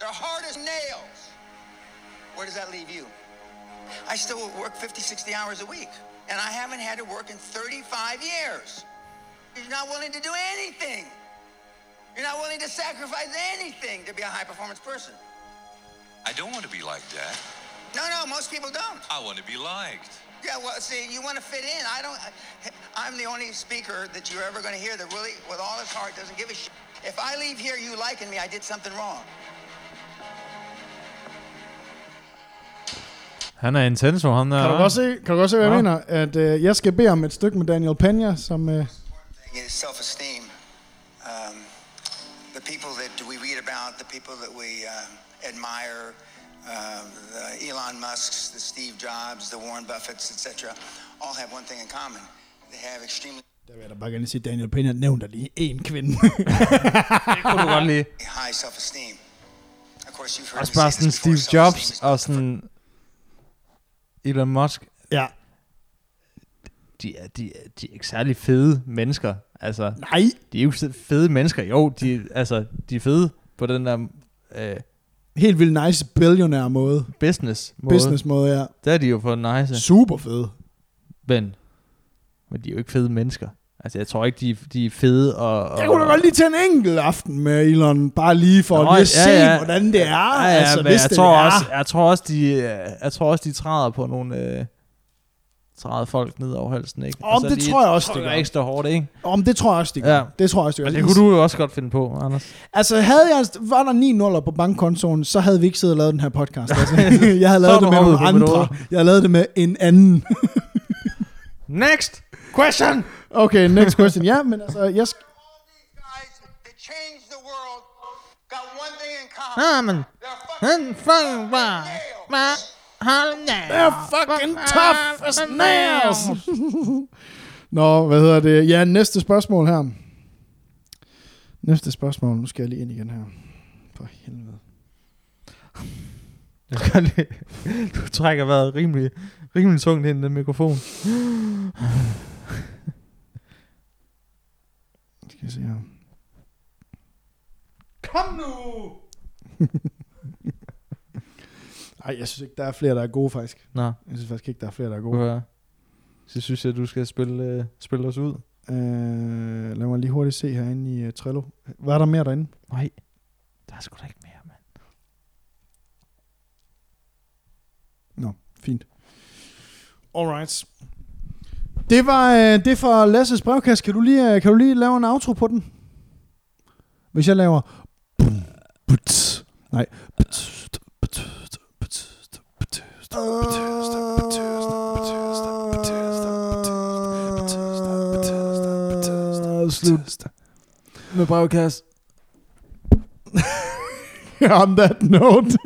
Speaker 6: They're hard as nails. Where does that leave you? I still work 50, 60 hours a week, and I haven't had to work in 35 years. You're not willing to do anything. You're not willing to sacrifice anything to be a high performance person.
Speaker 7: I don't want to be like that.
Speaker 6: No, no, most people don't.
Speaker 7: I want to be liked.
Speaker 6: Yeah, well, see, you want to fit in. I don't. I- I'm the only speaker that you're ever going to hear that really, with all his heart, doesn't give a shit. If I leave here, you liking me, I did something wrong.
Speaker 1: Han er intenso, han der.
Speaker 2: Kan du godt se, kan du godt se hvad jeg
Speaker 1: Ja.
Speaker 2: mener? At øh, jeg skal bede om et stykke med Daniel Pena, som... Øh,
Speaker 6: Thing is self-esteem. Um, the people that we read about, the people that we uh, admire, uh, the Elon Musk's, the Steve Jobs, the Warren Buffetts, etc., all have one thing in common: they have extremely
Speaker 2: der vil jeg da bare gerne sige, Daniel Pena nævnte lige én kvinde.
Speaker 1: kunne du godt lide.
Speaker 6: high self-esteem. Of course, you've heard
Speaker 1: Også
Speaker 6: me say
Speaker 1: bare
Speaker 6: this
Speaker 1: sådan
Speaker 6: before,
Speaker 1: Steve
Speaker 6: self-esteem
Speaker 1: Jobs
Speaker 6: is not
Speaker 1: og
Speaker 6: the
Speaker 1: sådan Elon Musk.
Speaker 2: ja.
Speaker 1: De er, de, er, de er ikke særlig fede mennesker. Altså,
Speaker 2: Nej.
Speaker 1: de er jo ikke fede mennesker. Jo, de, altså, de er fede på den der øh,
Speaker 2: Helt vildt nice billionær måde.
Speaker 1: business måde.
Speaker 2: Business måde, ja.
Speaker 1: Der er de jo for nice.
Speaker 2: Super fed.
Speaker 1: Men, men de er jo ikke fede mennesker. Altså, jeg tror ikke, de, de er fede og... og
Speaker 2: Jeg kunne da godt lige tage en enkelt aften med Elon, bare lige for Nå, lige at ja, se, ja. hvordan det er.
Speaker 1: Ja, ja, altså, men
Speaker 2: hvis
Speaker 1: jeg,
Speaker 2: det
Speaker 1: tror
Speaker 2: er.
Speaker 1: også, jeg tror også, de, øh, jeg tror også, de træder på nogle... Øh, træder folk ned over halsen, ikke?
Speaker 2: Om det tror jeg også, det
Speaker 1: det
Speaker 2: gør.
Speaker 1: ekstra hårdt, ikke?
Speaker 2: Om det tror jeg også, det gør.
Speaker 1: Ja.
Speaker 2: Ja. Det tror jeg også, det gør.
Speaker 1: Men det kunne du jo også godt finde på, Anders.
Speaker 2: Altså, havde jeg, var der 9 nuller på bankkontoen, så havde vi ikke siddet og lavet den her podcast. Altså, jeg havde
Speaker 1: Så er
Speaker 2: lavet
Speaker 1: du
Speaker 2: det med
Speaker 1: hoppet
Speaker 2: nogle
Speaker 1: på
Speaker 2: andre.
Speaker 1: noget.
Speaker 2: Jeg havde lavet det med en anden.
Speaker 1: Next question!
Speaker 2: Okay, next question. Ja, men altså, jeg, sk-
Speaker 6: All these guys changed the world got one thing in common.
Speaker 1: Jamen,
Speaker 6: They're
Speaker 1: han
Speaker 6: fucking
Speaker 1: fucking bare, bare, hold da.
Speaker 2: They're fucking tough as nails. Nå, hvad hedder det? Ja, næste spørgsmål her. Næste spørgsmål. Nu skal jeg lige ind igen her. For helvede.
Speaker 1: Jeg kan godt lide- Du trækker vejret rimelig, rimelig tungt ind i den mikrofon.
Speaker 2: Skal jeg se her.
Speaker 1: Kom nu!
Speaker 2: Ej, jeg synes ikke, der er flere, der er gode faktisk.
Speaker 1: Nå,
Speaker 2: Jeg synes faktisk ikke, der er flere, der er gode.
Speaker 1: hvorfor? er- Så synes jeg, du skal spille, øh, spille os ud.
Speaker 2: Øh, lad mig lige hurtigt se herinde i uh, Trello. Var der mere derinde?
Speaker 1: Nej, der er sgu da ikke mere, mand.
Speaker 2: Nå, fint. Alright. Det var øh, det for Lasses brevkasse. Kan du lige øh, kan du lige lave en outro på den? Hvis jeg laver Nej. Slut.
Speaker 1: Med brevkast.
Speaker 2: On that note.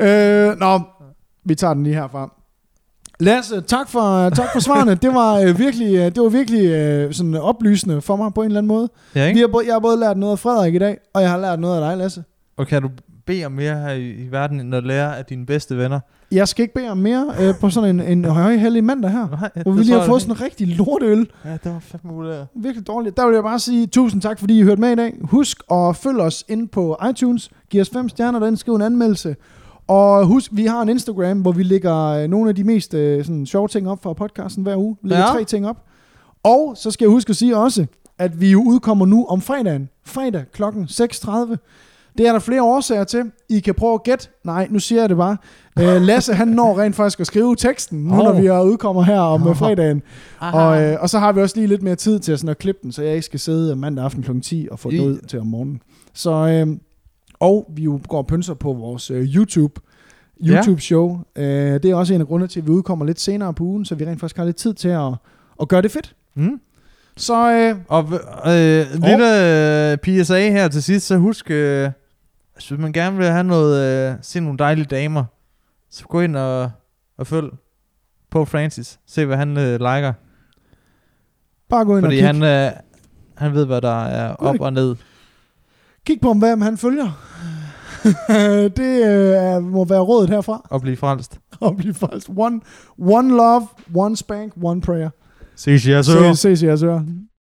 Speaker 2: øh, nå, vi tager den lige herfra. Lasse, tak for, øh, tak for svarene. Det var øh, virkelig, øh, det var virkelig øh, sådan oplysende for mig på en eller anden måde.
Speaker 1: Ja,
Speaker 2: Vi
Speaker 1: ikke?
Speaker 2: har, både- jeg har både lært noget af Frederik i dag, og jeg har lært noget af dig, Lasse.
Speaker 1: Og kan du bede om mere her i, i verden, end at lære af dine bedste venner?
Speaker 2: Jeg skal ikke bede om mere øh, på sådan en, en højhellig mandag her,
Speaker 1: Nej,
Speaker 2: hvor vi
Speaker 1: det
Speaker 2: lige
Speaker 1: tror
Speaker 2: har
Speaker 1: jeg
Speaker 2: fået
Speaker 1: da
Speaker 2: sådan en rigtig lorteøl.
Speaker 1: ikke. Ja, det var fandme ulækkert.
Speaker 2: virkelig dårligt. Der vil jeg bare sige tusind tak, fordi I hørte med i dag. Husk at følge os ind på iTunes. Giv os fem stjerner derinde, skriv en anmeldelse. Og husk, vi har en Instagram, hvor vi lægger øh, nogle af de mest øh, sådan, sjove ting op fra podcasten hver uge. Vi lægger
Speaker 1: Ja.
Speaker 2: ja. tre ting op. Og så skal jeg huske at sige også, at vi jo udkommer nu om fredagen. Fredag kl. 6.30. Det er der flere årsager til. I kan prøve at gætte. Nej, nu siger jeg det bare. Øh, Lasse, han når rent faktisk at skrive teksten, nu oh. når
Speaker 1: Åh.
Speaker 2: vi er udkommer her om oh. fredagen.
Speaker 1: Aha.
Speaker 2: Og, øh, og så har vi også lige lidt mere tid til at, sådan at klippe den, så jeg ikke skal sidde mandag aften kl. 10 og få
Speaker 1: I-
Speaker 2: det ud til om morgenen. Så, øh, og vi jo går og pynser på vores øh, YouTube.
Speaker 1: Ja.
Speaker 2: YouTube-show. Øh, det er også en af grundene til, at vi udkommer lidt senere på ugen, så vi rent faktisk har lidt tid til at, at gøre det fedt.
Speaker 1: Mm.
Speaker 2: Så øh,
Speaker 1: Og v- øh, en lille øh, PSA her til sidst, så husk, øh, hvis man gerne vil have noget, øh, se nogle dejlige damer, så gå ind og, og følg på Francis. Se, hvad han øh, liker.
Speaker 2: bare gå ind og
Speaker 1: Fordi
Speaker 2: kig,
Speaker 1: han, øh, han ved, hvad der er
Speaker 2: Gud,
Speaker 1: op
Speaker 2: det-
Speaker 1: og ned.
Speaker 2: kig på, om hvem han følger. det øh, må være rådet herfra.
Speaker 1: Og blive frelst.
Speaker 2: Og blive faktisk one, one love, one spank, one prayer.
Speaker 1: Ses, jeg
Speaker 2: Så ses i jeres ører.